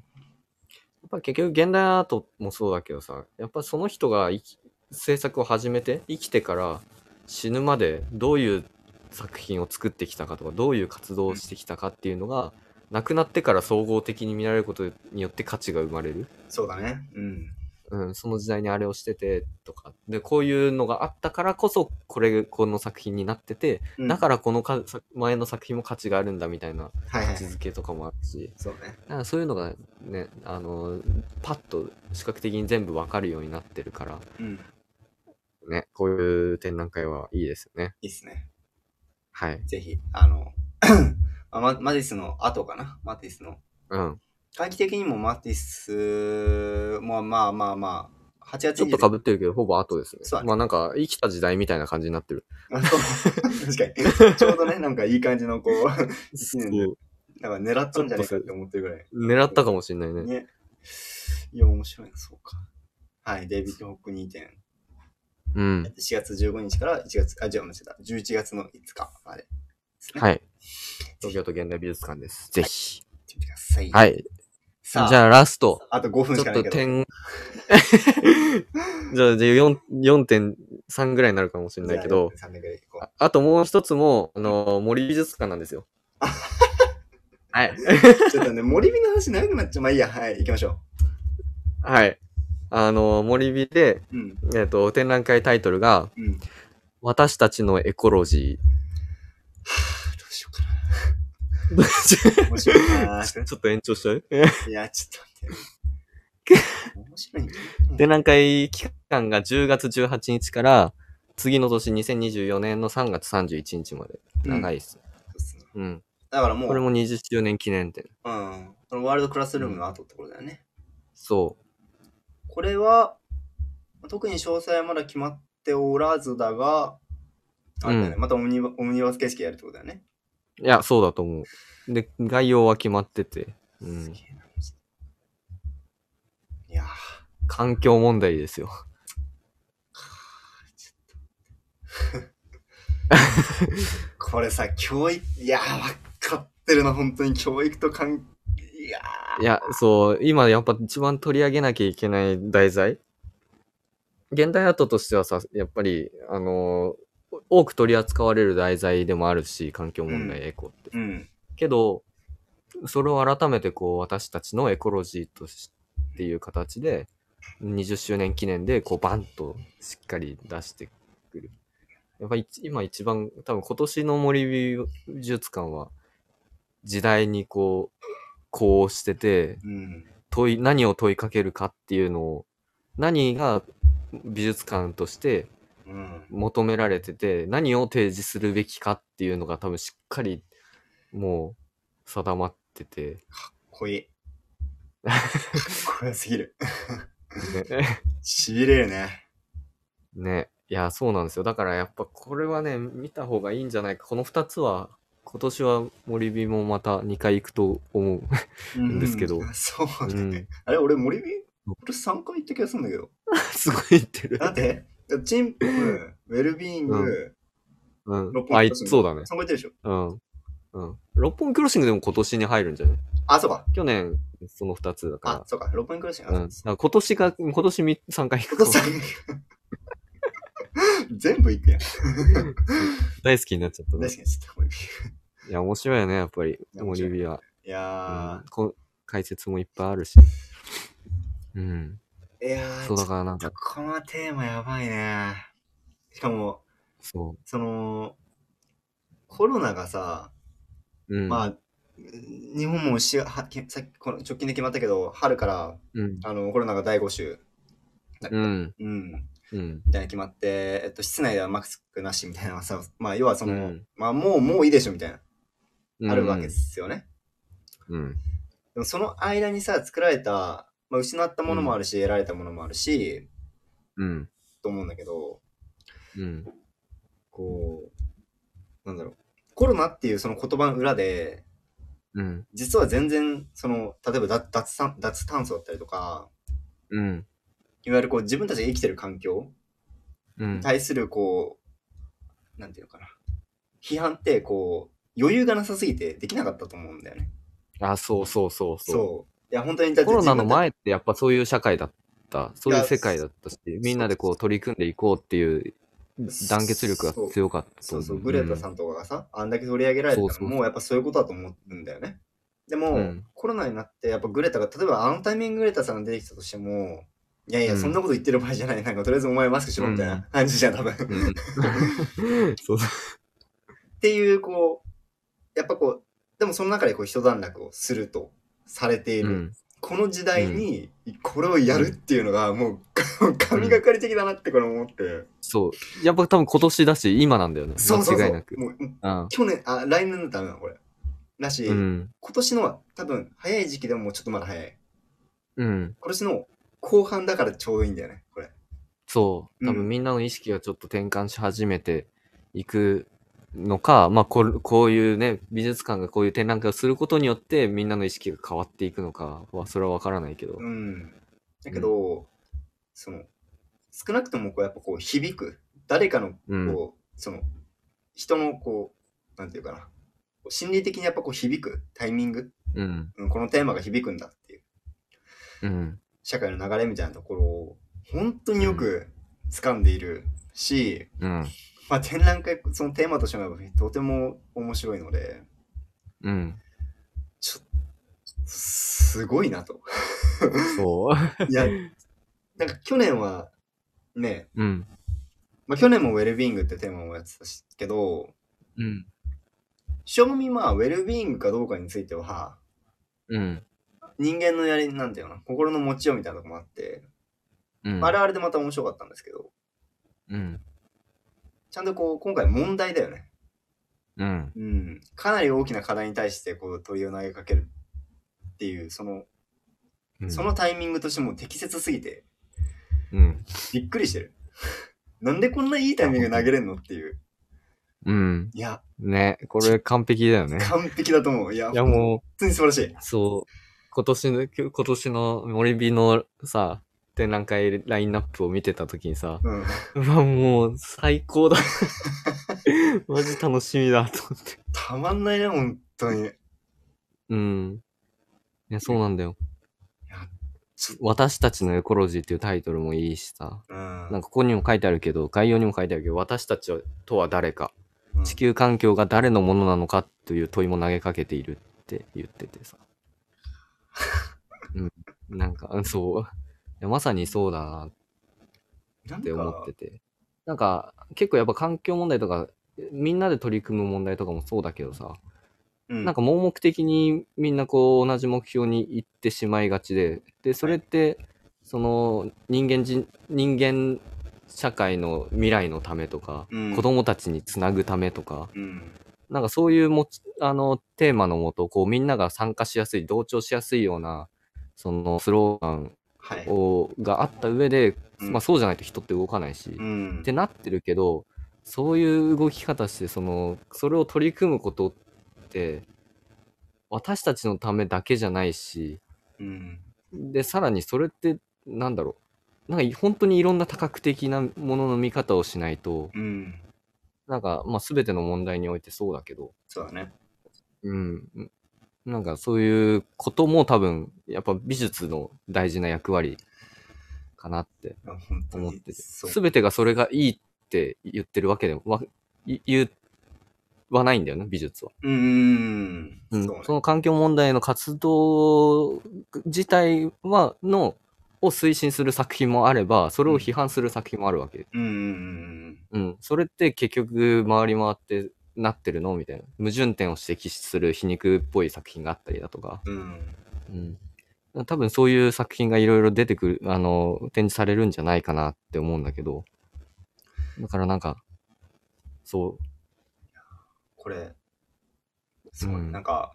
[SPEAKER 2] っぱ結局現代アートもそうだけどさやっぱその人が生き制作を始めて生きてから死ぬまでどういう作品を作ってきたかとかどういう活動をしてきたかっていうのが亡くなってから総合的に見られることによって価値が生まれる
[SPEAKER 1] そうだね。うん。
[SPEAKER 2] うん、その時代にあれをしててとかでこういうのがあったからこそこれこの作品になってて、
[SPEAKER 1] うん
[SPEAKER 2] だからこのかさ前の作品も価値があるんだみたいな
[SPEAKER 1] はい
[SPEAKER 2] 位
[SPEAKER 1] はい
[SPEAKER 2] 置。づけとかもあるし、
[SPEAKER 1] そうね。
[SPEAKER 2] だからそういうのがねあのパッと視覚的に全部わかるようになってるから、
[SPEAKER 1] うん。
[SPEAKER 2] ね、こういう展覧会はいいですよね。
[SPEAKER 1] いいっすね。
[SPEAKER 2] は い、
[SPEAKER 1] ぜひ、あの、まママティスの後かな。マティスの
[SPEAKER 2] うん。
[SPEAKER 1] 短期的にもマティスもまあまあまあ、8月
[SPEAKER 2] ちょっと
[SPEAKER 1] か
[SPEAKER 2] 被ってるけど、ほぼ後ですね。
[SPEAKER 1] そうだね
[SPEAKER 2] まあなんか、生きた時代みたいな感じになってる。
[SPEAKER 1] 確 かに。ちょうどね、なんかいい感じのこう、一年で
[SPEAKER 2] そう
[SPEAKER 1] なんか狙っちゃうんじゃないかって思ってるぐらい。
[SPEAKER 2] 狙ったかもしれないね。
[SPEAKER 1] ね。いや、面白いな、そうか。はい、デイビッド・ホック2点。
[SPEAKER 2] うん。
[SPEAKER 1] 4月15日から1月、あ、違う、間違えた。11月の5日までですね。い。
[SPEAKER 2] はい。東京都現代美術館です。ぜひ。
[SPEAKER 1] 見てください。。
[SPEAKER 2] はいい。じ
[SPEAKER 1] さあ、
[SPEAKER 2] ゃあラスト。
[SPEAKER 1] あと5分し
[SPEAKER 2] ちょ
[SPEAKER 1] かな
[SPEAKER 2] っと
[SPEAKER 1] いけど。
[SPEAKER 2] 点、 じゃあ、じゃあ4 4.3ぐらいになるかもしれないけど、
[SPEAKER 1] じゃあ。300でいこう
[SPEAKER 2] ああともう一つも、あの、森美術館な んですよ。はい。
[SPEAKER 1] ちょっとね、森火の話長くなっちゃう。まあいいや、はい、行きましょ
[SPEAKER 2] はい。あの、森美で、
[SPEAKER 1] う。うん。
[SPEAKER 2] えっ、と、展覧会タイトルが、
[SPEAKER 1] うん。ど
[SPEAKER 2] 私たちのエコロジ
[SPEAKER 1] うしようかな。
[SPEAKER 2] ー。ち
[SPEAKER 1] 面白いな
[SPEAKER 2] ょ ちょっと延長しちゃう
[SPEAKER 1] いや、ちょっと待って。面白い ね。
[SPEAKER 2] 展覧会期間が10月18日から、次の年2024年の3月31日まで。長いですね。
[SPEAKER 1] そうっすね
[SPEAKER 2] うん。
[SPEAKER 1] だからもう、
[SPEAKER 2] これも20周年記念展。
[SPEAKER 1] うん。このワールドクラスルームの後ってことだよね。
[SPEAKER 2] そう。
[SPEAKER 1] これは、特に詳細はまだ決まっておらずだが、あれだよね、
[SPEAKER 2] う
[SPEAKER 1] またオムニバオムニバス形式でやるってことだよね。
[SPEAKER 2] いや、そうだと思う。で、概要は決まってて、う
[SPEAKER 1] す
[SPEAKER 2] ん
[SPEAKER 1] げ、えな。いやー、
[SPEAKER 2] 環境問題ですよ。
[SPEAKER 1] これさ、教育、いやー、わかってるな、本当に教育と関いや
[SPEAKER 2] いや、そう、今やっぱ一番取り上げなきゃいけない題材。現代アートとしてはさ、やっぱり、あのー多く取り扱われる題材でもあるし、環境問題、
[SPEAKER 1] う
[SPEAKER 2] エコって。
[SPEAKER 1] ー、うん。
[SPEAKER 2] けど、それを改めてこう、私たちのエコロジーとしっていう形で、20周年記念で、こう、バンとしっかり出してくる。やっぱり一今一番、多分今年の森美術館は、時代にこう、こうしてて、
[SPEAKER 1] うん。
[SPEAKER 2] 問い、何を問いかけるかっていうのを、何が美術館として
[SPEAKER 1] うん。
[SPEAKER 2] 求められてて、何を提示するべきかっていうのが多分しっかり、もう、定まってて、
[SPEAKER 1] 濃い。これすぎる。
[SPEAKER 2] ね
[SPEAKER 1] しびれるね。
[SPEAKER 2] ね。いや、そうなんですよ。だからやっぱこれはね、見た方がいいんじゃないか。この2つは、今年は森美もまた2回行くと思う。
[SPEAKER 1] うん
[SPEAKER 2] ですけど
[SPEAKER 1] そうだね。
[SPEAKER 2] うん
[SPEAKER 1] あれ、俺、森美俺3回行った気がするんだけど。
[SPEAKER 2] すごい言ってる。
[SPEAKER 1] だって、チンプ、ウェルビーイング、
[SPEAKER 2] うんうん
[SPEAKER 1] 六。本
[SPEAKER 2] あ、
[SPEAKER 1] 木
[SPEAKER 2] いそうだね。
[SPEAKER 1] 3回行ってるでしょ。
[SPEAKER 2] うん。うん。六本木クロッシングでも今年に入るんじゃない
[SPEAKER 1] あ、そうか。
[SPEAKER 2] 去年、その2つだ
[SPEAKER 1] あ
[SPEAKER 2] か、
[SPEAKER 1] そうか。六本木クラシッ
[SPEAKER 2] ら。うん。だ
[SPEAKER 1] ク。
[SPEAKER 2] から今年が、今年3回行く
[SPEAKER 1] 今
[SPEAKER 2] かも
[SPEAKER 1] 年全部行くやん。
[SPEAKER 2] 大好きになっちゃったね
[SPEAKER 1] 確。かに、ちょっと森美
[SPEAKER 2] いや、面白いよね、やっぱり。
[SPEAKER 1] 面
[SPEAKER 2] 森
[SPEAKER 1] 白い
[SPEAKER 2] 美は。
[SPEAKER 1] いや
[SPEAKER 2] うんこ解説もいっぱいあるし。うん。
[SPEAKER 1] ー、いやー、
[SPEAKER 2] そうだ
[SPEAKER 1] ちょ
[SPEAKER 2] からなん
[SPEAKER 1] っ
[SPEAKER 2] か
[SPEAKER 1] と、このテーマやばいね。しかも、
[SPEAKER 2] そ
[SPEAKER 1] その、コロナがさ、
[SPEAKER 2] う。うん。
[SPEAKER 1] まあ、日本もしはけさっきこの直近で決まったけど、春から
[SPEAKER 2] うん。
[SPEAKER 1] あのコロナが第5週、
[SPEAKER 2] うん。
[SPEAKER 1] うん、
[SPEAKER 2] うん。
[SPEAKER 1] みたいな決まって、えっと、室内ではマスクなしみたいなさ、まあ、要はその、
[SPEAKER 2] うん。
[SPEAKER 1] まあ、もう、もういいでしょみたいな、あるわけですすよね。
[SPEAKER 2] うん。
[SPEAKER 1] でも、その間にさ、作られた、まあ、失ったものもあるし、得られたものもあるし、
[SPEAKER 2] うん。
[SPEAKER 1] と思うんだけど、
[SPEAKER 2] うん。
[SPEAKER 1] こう、なんだろう、コロナっていうその言葉の裏で、
[SPEAKER 2] うん。
[SPEAKER 1] 実は全然、その、例えば脱脱炭脱炭素だったりとか、
[SPEAKER 2] うん。
[SPEAKER 1] いわゆるこう、自分たちが生きてる環境
[SPEAKER 2] うん
[SPEAKER 1] に。対する、こう、なんていうのかな、批判って、こう、余裕がなさすぎてできなかったと思うんだよね。
[SPEAKER 2] あ、そうそうそうそ
[SPEAKER 1] そう。いや、本当に、だっ
[SPEAKER 2] う。
[SPEAKER 1] て
[SPEAKER 2] コロナの
[SPEAKER 1] 自分たち
[SPEAKER 2] 前ってやっぱそういう社会だった。そういう世界だったし、みんなでこう取り組んでいこうっていう団結力が強かったと
[SPEAKER 1] そ
[SPEAKER 2] 思
[SPEAKER 1] うそう、グレタさんとかがさ、あんだけ取り上げられた
[SPEAKER 2] そうそ
[SPEAKER 1] の
[SPEAKER 2] う
[SPEAKER 1] も、やっぱそういうことだと思うんだよね。でも、
[SPEAKER 2] うん
[SPEAKER 1] コロナになって、やっぱグレタが、例えばあのタイミンググレタさんが出てきたとしても、いやいや、
[SPEAKER 2] うん
[SPEAKER 1] そんなこと言ってる場合じゃない。なんか、とりあえずお前マスクしろみたいな感じじゃん、多分。っ
[SPEAKER 2] うん。 そうそう。
[SPEAKER 1] ていう、こう、やっぱこう、でもその中でこう、一段落をするとされている。
[SPEAKER 2] うん。
[SPEAKER 1] この時代に、これをやるっていう のが、もう、神がかり的だなってこれ思って。
[SPEAKER 2] そう。やっぱ多分今年だし、今なんだよね。
[SPEAKER 1] そうそうそ
[SPEAKER 2] 間違いうなく。。
[SPEAKER 1] もう
[SPEAKER 2] うん。
[SPEAKER 1] 去年、あ、来年だったな、これ。だし、
[SPEAKER 2] うん。
[SPEAKER 1] 今年のは多分早い時期でももうちょっとまだ早い。
[SPEAKER 2] うん。
[SPEAKER 1] 今年の後半だからちょうどいいんだよね、これ。
[SPEAKER 2] そう。多
[SPEAKER 1] う
[SPEAKER 2] 分
[SPEAKER 1] ん
[SPEAKER 2] みんなの意識がちょっと転換し始めていくのか、まあこれ、こういうね、美術館がこういう展覧会をすることによってみんなの意識が変わっていくのかは、それはわからないけど。
[SPEAKER 1] うん。だけど、その、少なくともこうやっぱこう響く。誰かのこう、
[SPEAKER 2] うん
[SPEAKER 1] その、人のこう、なんていうかな。こう心理的にやっぱこう響くタイミング、
[SPEAKER 2] うん。
[SPEAKER 1] うん、このテーマが響くんだっていう、
[SPEAKER 2] うん。
[SPEAKER 1] 社会の流れみたいなところを、本当によく掴んでいるし、
[SPEAKER 2] うん。
[SPEAKER 1] まあ展覧会、そのテーマとしてもとても面白いので、
[SPEAKER 2] うん。
[SPEAKER 1] ちょすごいな と。
[SPEAKER 2] そう。
[SPEAKER 1] いや、なんか去年は、ね、
[SPEAKER 2] うん。
[SPEAKER 1] まあ去年もウェルビーイングってテーマもやってたしけど、
[SPEAKER 2] うん。
[SPEAKER 1] 正味まあウェルビーイングかどうかについては、
[SPEAKER 2] うん。
[SPEAKER 1] 人間のやり、なんていうのかな、心の持ちようみたいなとこもあって、
[SPEAKER 2] うん。
[SPEAKER 1] まああれはあれでまた面白かったんですけど、
[SPEAKER 2] うん。
[SPEAKER 1] ちゃんとこう、今回問題だよね。
[SPEAKER 2] うん。
[SPEAKER 1] うん。かなり大きな課題に対してこう問いを投げかけるっていう、その、
[SPEAKER 2] うん
[SPEAKER 1] そのタイミングとしても適切すぎて、
[SPEAKER 2] うん。
[SPEAKER 1] びっくりしてる。 なんでこんないいタイミングで投げれんのっていう。
[SPEAKER 2] うん。
[SPEAKER 1] いや、
[SPEAKER 2] ね、これ完璧だよね。
[SPEAKER 1] 完璧だと思う。いや、
[SPEAKER 2] いや
[SPEAKER 1] 本
[SPEAKER 2] もう、
[SPEAKER 1] 当に素晴らしい。
[SPEAKER 2] そう。今年の、今年の森美のさ、展覧会ラインナップを見てたときにさ、
[SPEAKER 1] うん。
[SPEAKER 2] うわ、もう最 高だ。マジ楽しみだ、と思って。
[SPEAKER 1] たまんないね、本当に。
[SPEAKER 2] うん。いや、そうなんだよ
[SPEAKER 1] いや。
[SPEAKER 2] 私たちのエコロジーっていうタイトルもいいしさ。
[SPEAKER 1] う
[SPEAKER 2] な
[SPEAKER 1] ん。
[SPEAKER 2] んかここにも書いてあるけど、概要にも書いてあるけど、私たちとは誰か、
[SPEAKER 1] うん
[SPEAKER 2] 地球環境が誰のものなのかという問いも投げかけているって言って てさ。うん。なんか、うんそう。いやまさにそうだな
[SPEAKER 1] な
[SPEAKER 2] っ
[SPEAKER 1] ん
[SPEAKER 2] て
[SPEAKER 1] か
[SPEAKER 2] 思ってて。なんか、結構やっぱ環境問題とか、みんなで取り組む問題とかもそうだけどさ、
[SPEAKER 1] うん、
[SPEAKER 2] なんか盲目的にみんなこう同じ目標に行ってしまいがちで、で、それって、その人間人、人間社会の未来のためとか、
[SPEAKER 1] うん
[SPEAKER 2] 子供たちにつなぐためとか、
[SPEAKER 1] うん。
[SPEAKER 2] なんかそういうもち、あの、テーマのもと、こうみんなが参加しやすい、同調しやすいような、そのスローガン
[SPEAKER 1] はい。
[SPEAKER 2] を、があった上で、
[SPEAKER 1] うん
[SPEAKER 2] まあそうじゃないと人って動かないし、
[SPEAKER 1] うん
[SPEAKER 2] ってなってるけどそういう動き方してそのそれを取り組むことって私たちのためだけじゃないし
[SPEAKER 1] うん。
[SPEAKER 2] でさらにそれってなんだろうなんか本当にいろんな多角的なものの見方をしないと
[SPEAKER 1] うん。
[SPEAKER 2] なんか、まあ、全ての問題においてそうだけど、
[SPEAKER 1] そうだね。
[SPEAKER 2] うん、なんかそういうことも多分やっぱ美術の大事な役割かなって
[SPEAKER 1] いや本当
[SPEAKER 2] 思っ
[SPEAKER 1] に
[SPEAKER 2] て。て。
[SPEAKER 1] そう
[SPEAKER 2] すべてがそれがいいって言ってるわけでも、わい言わないんだよね、美術は。
[SPEAKER 1] うんうん
[SPEAKER 2] う
[SPEAKER 1] うんん。
[SPEAKER 2] そ
[SPEAKER 1] ね
[SPEAKER 2] の環境問題の活動自体は、の、を推進する作品もあれば、それを批判する作品もあるわけ。
[SPEAKER 1] うんうん
[SPEAKER 2] うん。それって結局、回り回ってなってるのみたいな。矛盾点を指摘する皮肉っぽい作品があったりだとか。
[SPEAKER 1] うんうん。うん。
[SPEAKER 2] うん。多分そういう作品がいろいろ出てくる、あの、展示されるんじゃないかなって思うんだけど。だからなんか、そ
[SPEAKER 1] これ、そう、
[SPEAKER 2] うん
[SPEAKER 1] なんか、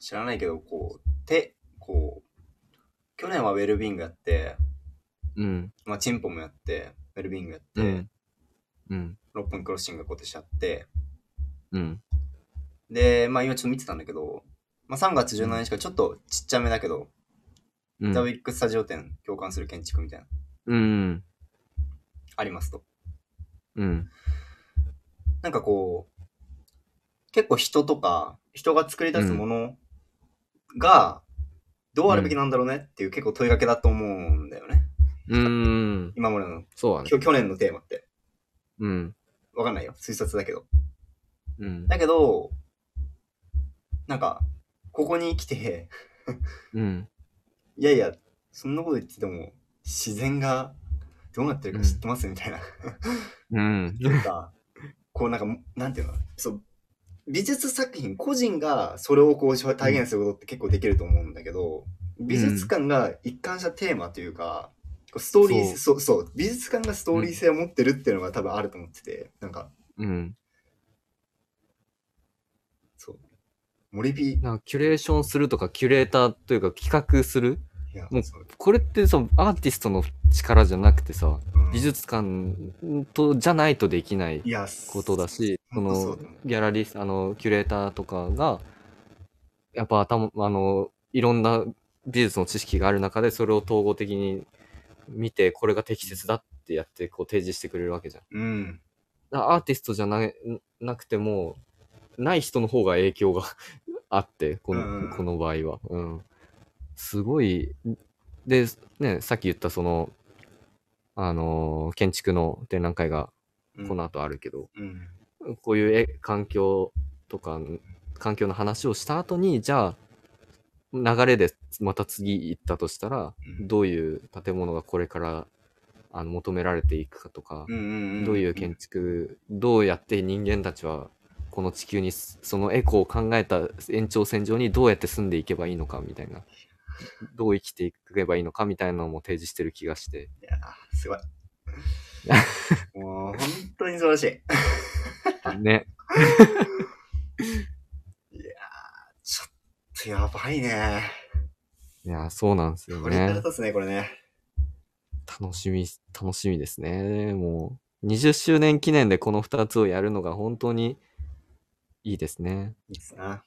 [SPEAKER 1] 知らないけど、こう、手、こう、去年はウェルビーイングやって、
[SPEAKER 2] う、うん、
[SPEAKER 1] まあ、チンポもやって、ウェルビーイングやって、
[SPEAKER 2] うん、うん、
[SPEAKER 1] 六本木クロッシング今年やって、
[SPEAKER 2] うん、
[SPEAKER 1] で、まあ今ちょっと見てたんだけど、まあ3月17日からちょっとちっちゃめだけど、
[SPEAKER 2] うん、
[SPEAKER 1] ザ・ウィックスタジオ展共感する建築みたいな、
[SPEAKER 2] うん、
[SPEAKER 1] ありますと。
[SPEAKER 2] うん、
[SPEAKER 1] なんかこう、結構人とか、人が作り出すものが、どうあるべきなんだろうねっていう結構問いかけだと思うんだよね。
[SPEAKER 2] うん、
[SPEAKER 1] 今までの、
[SPEAKER 2] そうだね
[SPEAKER 1] き。ょ去年のテーマって。
[SPEAKER 2] うん、
[SPEAKER 1] わかんないよ。推察だけど。
[SPEAKER 2] うん、
[SPEAKER 1] だけど、なんか、ここに来て、
[SPEAKER 2] うん、
[SPEAKER 1] いやいや、そんなこと言ってても、自然がどうなってるか知ってますみたいな。
[SPEAKER 2] うん、
[SPEAKER 1] なんか、こうなんか、なんていうのそう、美術作品、個人がそれをこう体現することって結構できると思うんだけど、美術館が一貫したテーマというか、こうストーリーそう、そう美術館がストーリー性を持ってるっていうのが多分あると思ってて、なんか、
[SPEAKER 2] うん、
[SPEAKER 1] そう、森ビい
[SPEAKER 2] なんかキュレーションするとか、キュレーターというか企画する
[SPEAKER 1] や、
[SPEAKER 2] もう
[SPEAKER 1] そう
[SPEAKER 2] これってさ、アーティストの力じゃなくてさ、
[SPEAKER 1] うん
[SPEAKER 2] 美術館と、じゃないとできない
[SPEAKER 1] いや、
[SPEAKER 2] ことだし、そ
[SPEAKER 1] ほんとそ
[SPEAKER 2] の
[SPEAKER 1] うだね、
[SPEAKER 2] ギャラリー、あの、キュレーターとかが、やっぱ頭、あの、いろんな美術の知識がある中で、それを統合的に見て、これが適切だってやって、こう提示してくれるわけじゃん。
[SPEAKER 1] うん。
[SPEAKER 2] だからアーティストじゃななくても、ない人の方が影響が あって、この,、
[SPEAKER 1] うん
[SPEAKER 2] この場合は。うん。すごい。で、ね、さっき言ったその、あのー建築の展覧会が
[SPEAKER 1] うん
[SPEAKER 2] この後あるけど、
[SPEAKER 1] うん。
[SPEAKER 2] こういう絵環境とか、環境の話をした後に、じゃあ、流れでまた次行ったとしたら、
[SPEAKER 1] うん
[SPEAKER 2] どういう建物がこれからあの求められていくかとか、
[SPEAKER 1] うんうんん。
[SPEAKER 2] どういう建築、どうやって人間たちはこの地球にすそのエコを考えた延長線上にどうやって住んでいけばいいのかみたいなどう生きていけばいいのかみたいなのも提示してる気がして
[SPEAKER 1] いやー、 すごい。もう、本当に素晴らしい。
[SPEAKER 2] ね
[SPEAKER 1] ちょっとやばいね。い
[SPEAKER 2] いやそうなんですよ
[SPEAKER 1] これから
[SPEAKER 2] ね
[SPEAKER 1] 立つね、これね。
[SPEAKER 2] 楽しみ楽しみですねもう20周年記念でこの2つをやるのが本当にいいですね
[SPEAKER 1] いいっすな。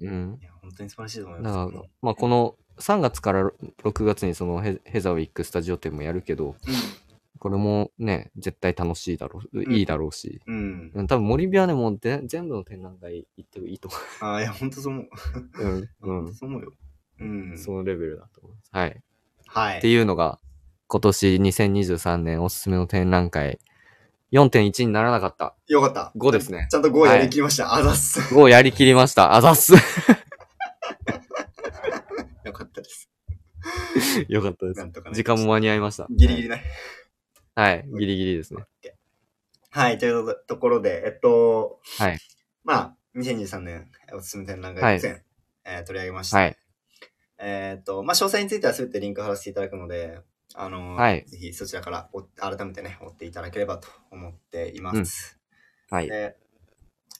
[SPEAKER 2] うん
[SPEAKER 1] いや、本当に素晴らしいと思い
[SPEAKER 2] だ
[SPEAKER 1] ます。
[SPEAKER 2] からまあこの3月から6月にそのヘヘザウィックスタジオ展もやるけどこれもね、絶対楽しいだろう、
[SPEAKER 1] うん
[SPEAKER 2] いいだろうし。
[SPEAKER 1] うん。うん。
[SPEAKER 2] うん、多分森ビアネもで全部の展覧会行ってもいいと思
[SPEAKER 1] ああ、いや、本当そう思う。
[SPEAKER 2] う。 うん、
[SPEAKER 1] 本当そう思うよ。うん。
[SPEAKER 2] そのレベルだと思います。はい。
[SPEAKER 1] はい。
[SPEAKER 2] っていうのが、今年2023年おすすめの展覧会、4.1にならなかった。
[SPEAKER 1] よかった。
[SPEAKER 2] 5ですね
[SPEAKER 1] ちゃんと5やりきました。あざっす。
[SPEAKER 2] 5をやりきりました。あざっ す。
[SPEAKER 1] よかったです。
[SPEAKER 2] よかったで
[SPEAKER 1] な
[SPEAKER 2] す。
[SPEAKER 1] んとかね。
[SPEAKER 2] 時間も間に合いました。
[SPEAKER 1] ギリギリね。
[SPEAKER 2] はい。ギリギリですね。
[SPEAKER 1] はい、というところで、えっと、
[SPEAKER 2] はい。
[SPEAKER 1] まあ、2023年おすすめ展覧会全、えー取り上げました。
[SPEAKER 2] はい。
[SPEAKER 1] えっと、まあ、詳細については全てリンク貼らせていただくので、あの、
[SPEAKER 2] はい
[SPEAKER 1] ぜひそちらからお改めてね、追っていただければと思っています。
[SPEAKER 2] はい。
[SPEAKER 1] で、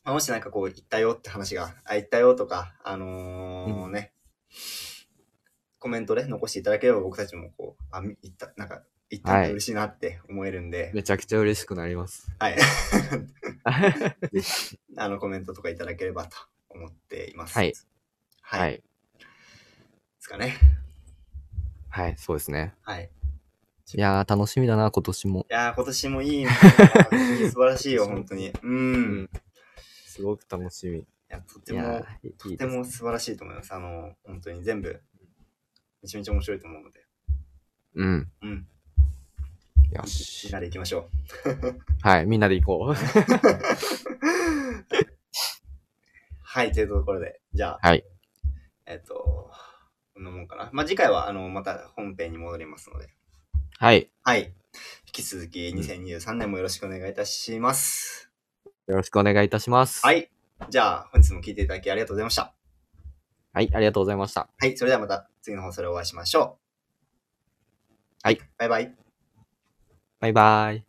[SPEAKER 1] まあ、もしなんかこう、行ったよって話が、あ、行ったよとか、あのーね、コメントで残していただければ僕たちもこう、あ、み行った、なんか、行ったん
[SPEAKER 2] は
[SPEAKER 1] だ
[SPEAKER 2] い
[SPEAKER 1] 嬉しいなって思えるんで、
[SPEAKER 2] めちゃくちゃ嬉しくなります。
[SPEAKER 1] はい。
[SPEAKER 2] は
[SPEAKER 1] あの、コメントとかいただければと思っています。
[SPEAKER 2] はい。
[SPEAKER 1] はい。で
[SPEAKER 2] い。
[SPEAKER 1] すかね。
[SPEAKER 2] はい。そうですね。
[SPEAKER 1] はい。い
[SPEAKER 2] いやー、楽しみだな、今年も。
[SPEAKER 1] やー、今年も いいね。素晴らしいよ、本当に。う。
[SPEAKER 2] うん
[SPEAKER 1] い。
[SPEAKER 2] すごく楽しみ。
[SPEAKER 1] や、とて
[SPEAKER 2] いや
[SPEAKER 1] も、
[SPEAKER 2] ー、いい
[SPEAKER 1] と
[SPEAKER 2] で
[SPEAKER 1] て
[SPEAKER 2] す
[SPEAKER 1] も素晴らしいと思います。あの、本当に全部、めちゃめちゃ面白いと思うので。
[SPEAKER 2] うん。
[SPEAKER 1] うん。
[SPEAKER 2] よ
[SPEAKER 1] みん
[SPEAKER 2] し
[SPEAKER 1] な。で行きましょ
[SPEAKER 2] はい、みんなで行こ
[SPEAKER 1] う。
[SPEAKER 2] う。
[SPEAKER 1] はい、というところで、じゃあ、
[SPEAKER 2] はい。
[SPEAKER 1] えっと、こんなもんかな。まあ、次回は、あの、また本編に戻りますので。
[SPEAKER 2] はい。
[SPEAKER 1] はい。引き続き、2023年もよろしくお願いいたします。
[SPEAKER 2] よろしくお願いいたします。
[SPEAKER 1] は。い。じゃあ、本日も聞いていただきありがとうございました。
[SPEAKER 2] はい、ありがとうございました。
[SPEAKER 1] はい。それではまた次の放送でお会いしましょう。
[SPEAKER 2] はい。
[SPEAKER 1] バイバイ。
[SPEAKER 2] バイバイ。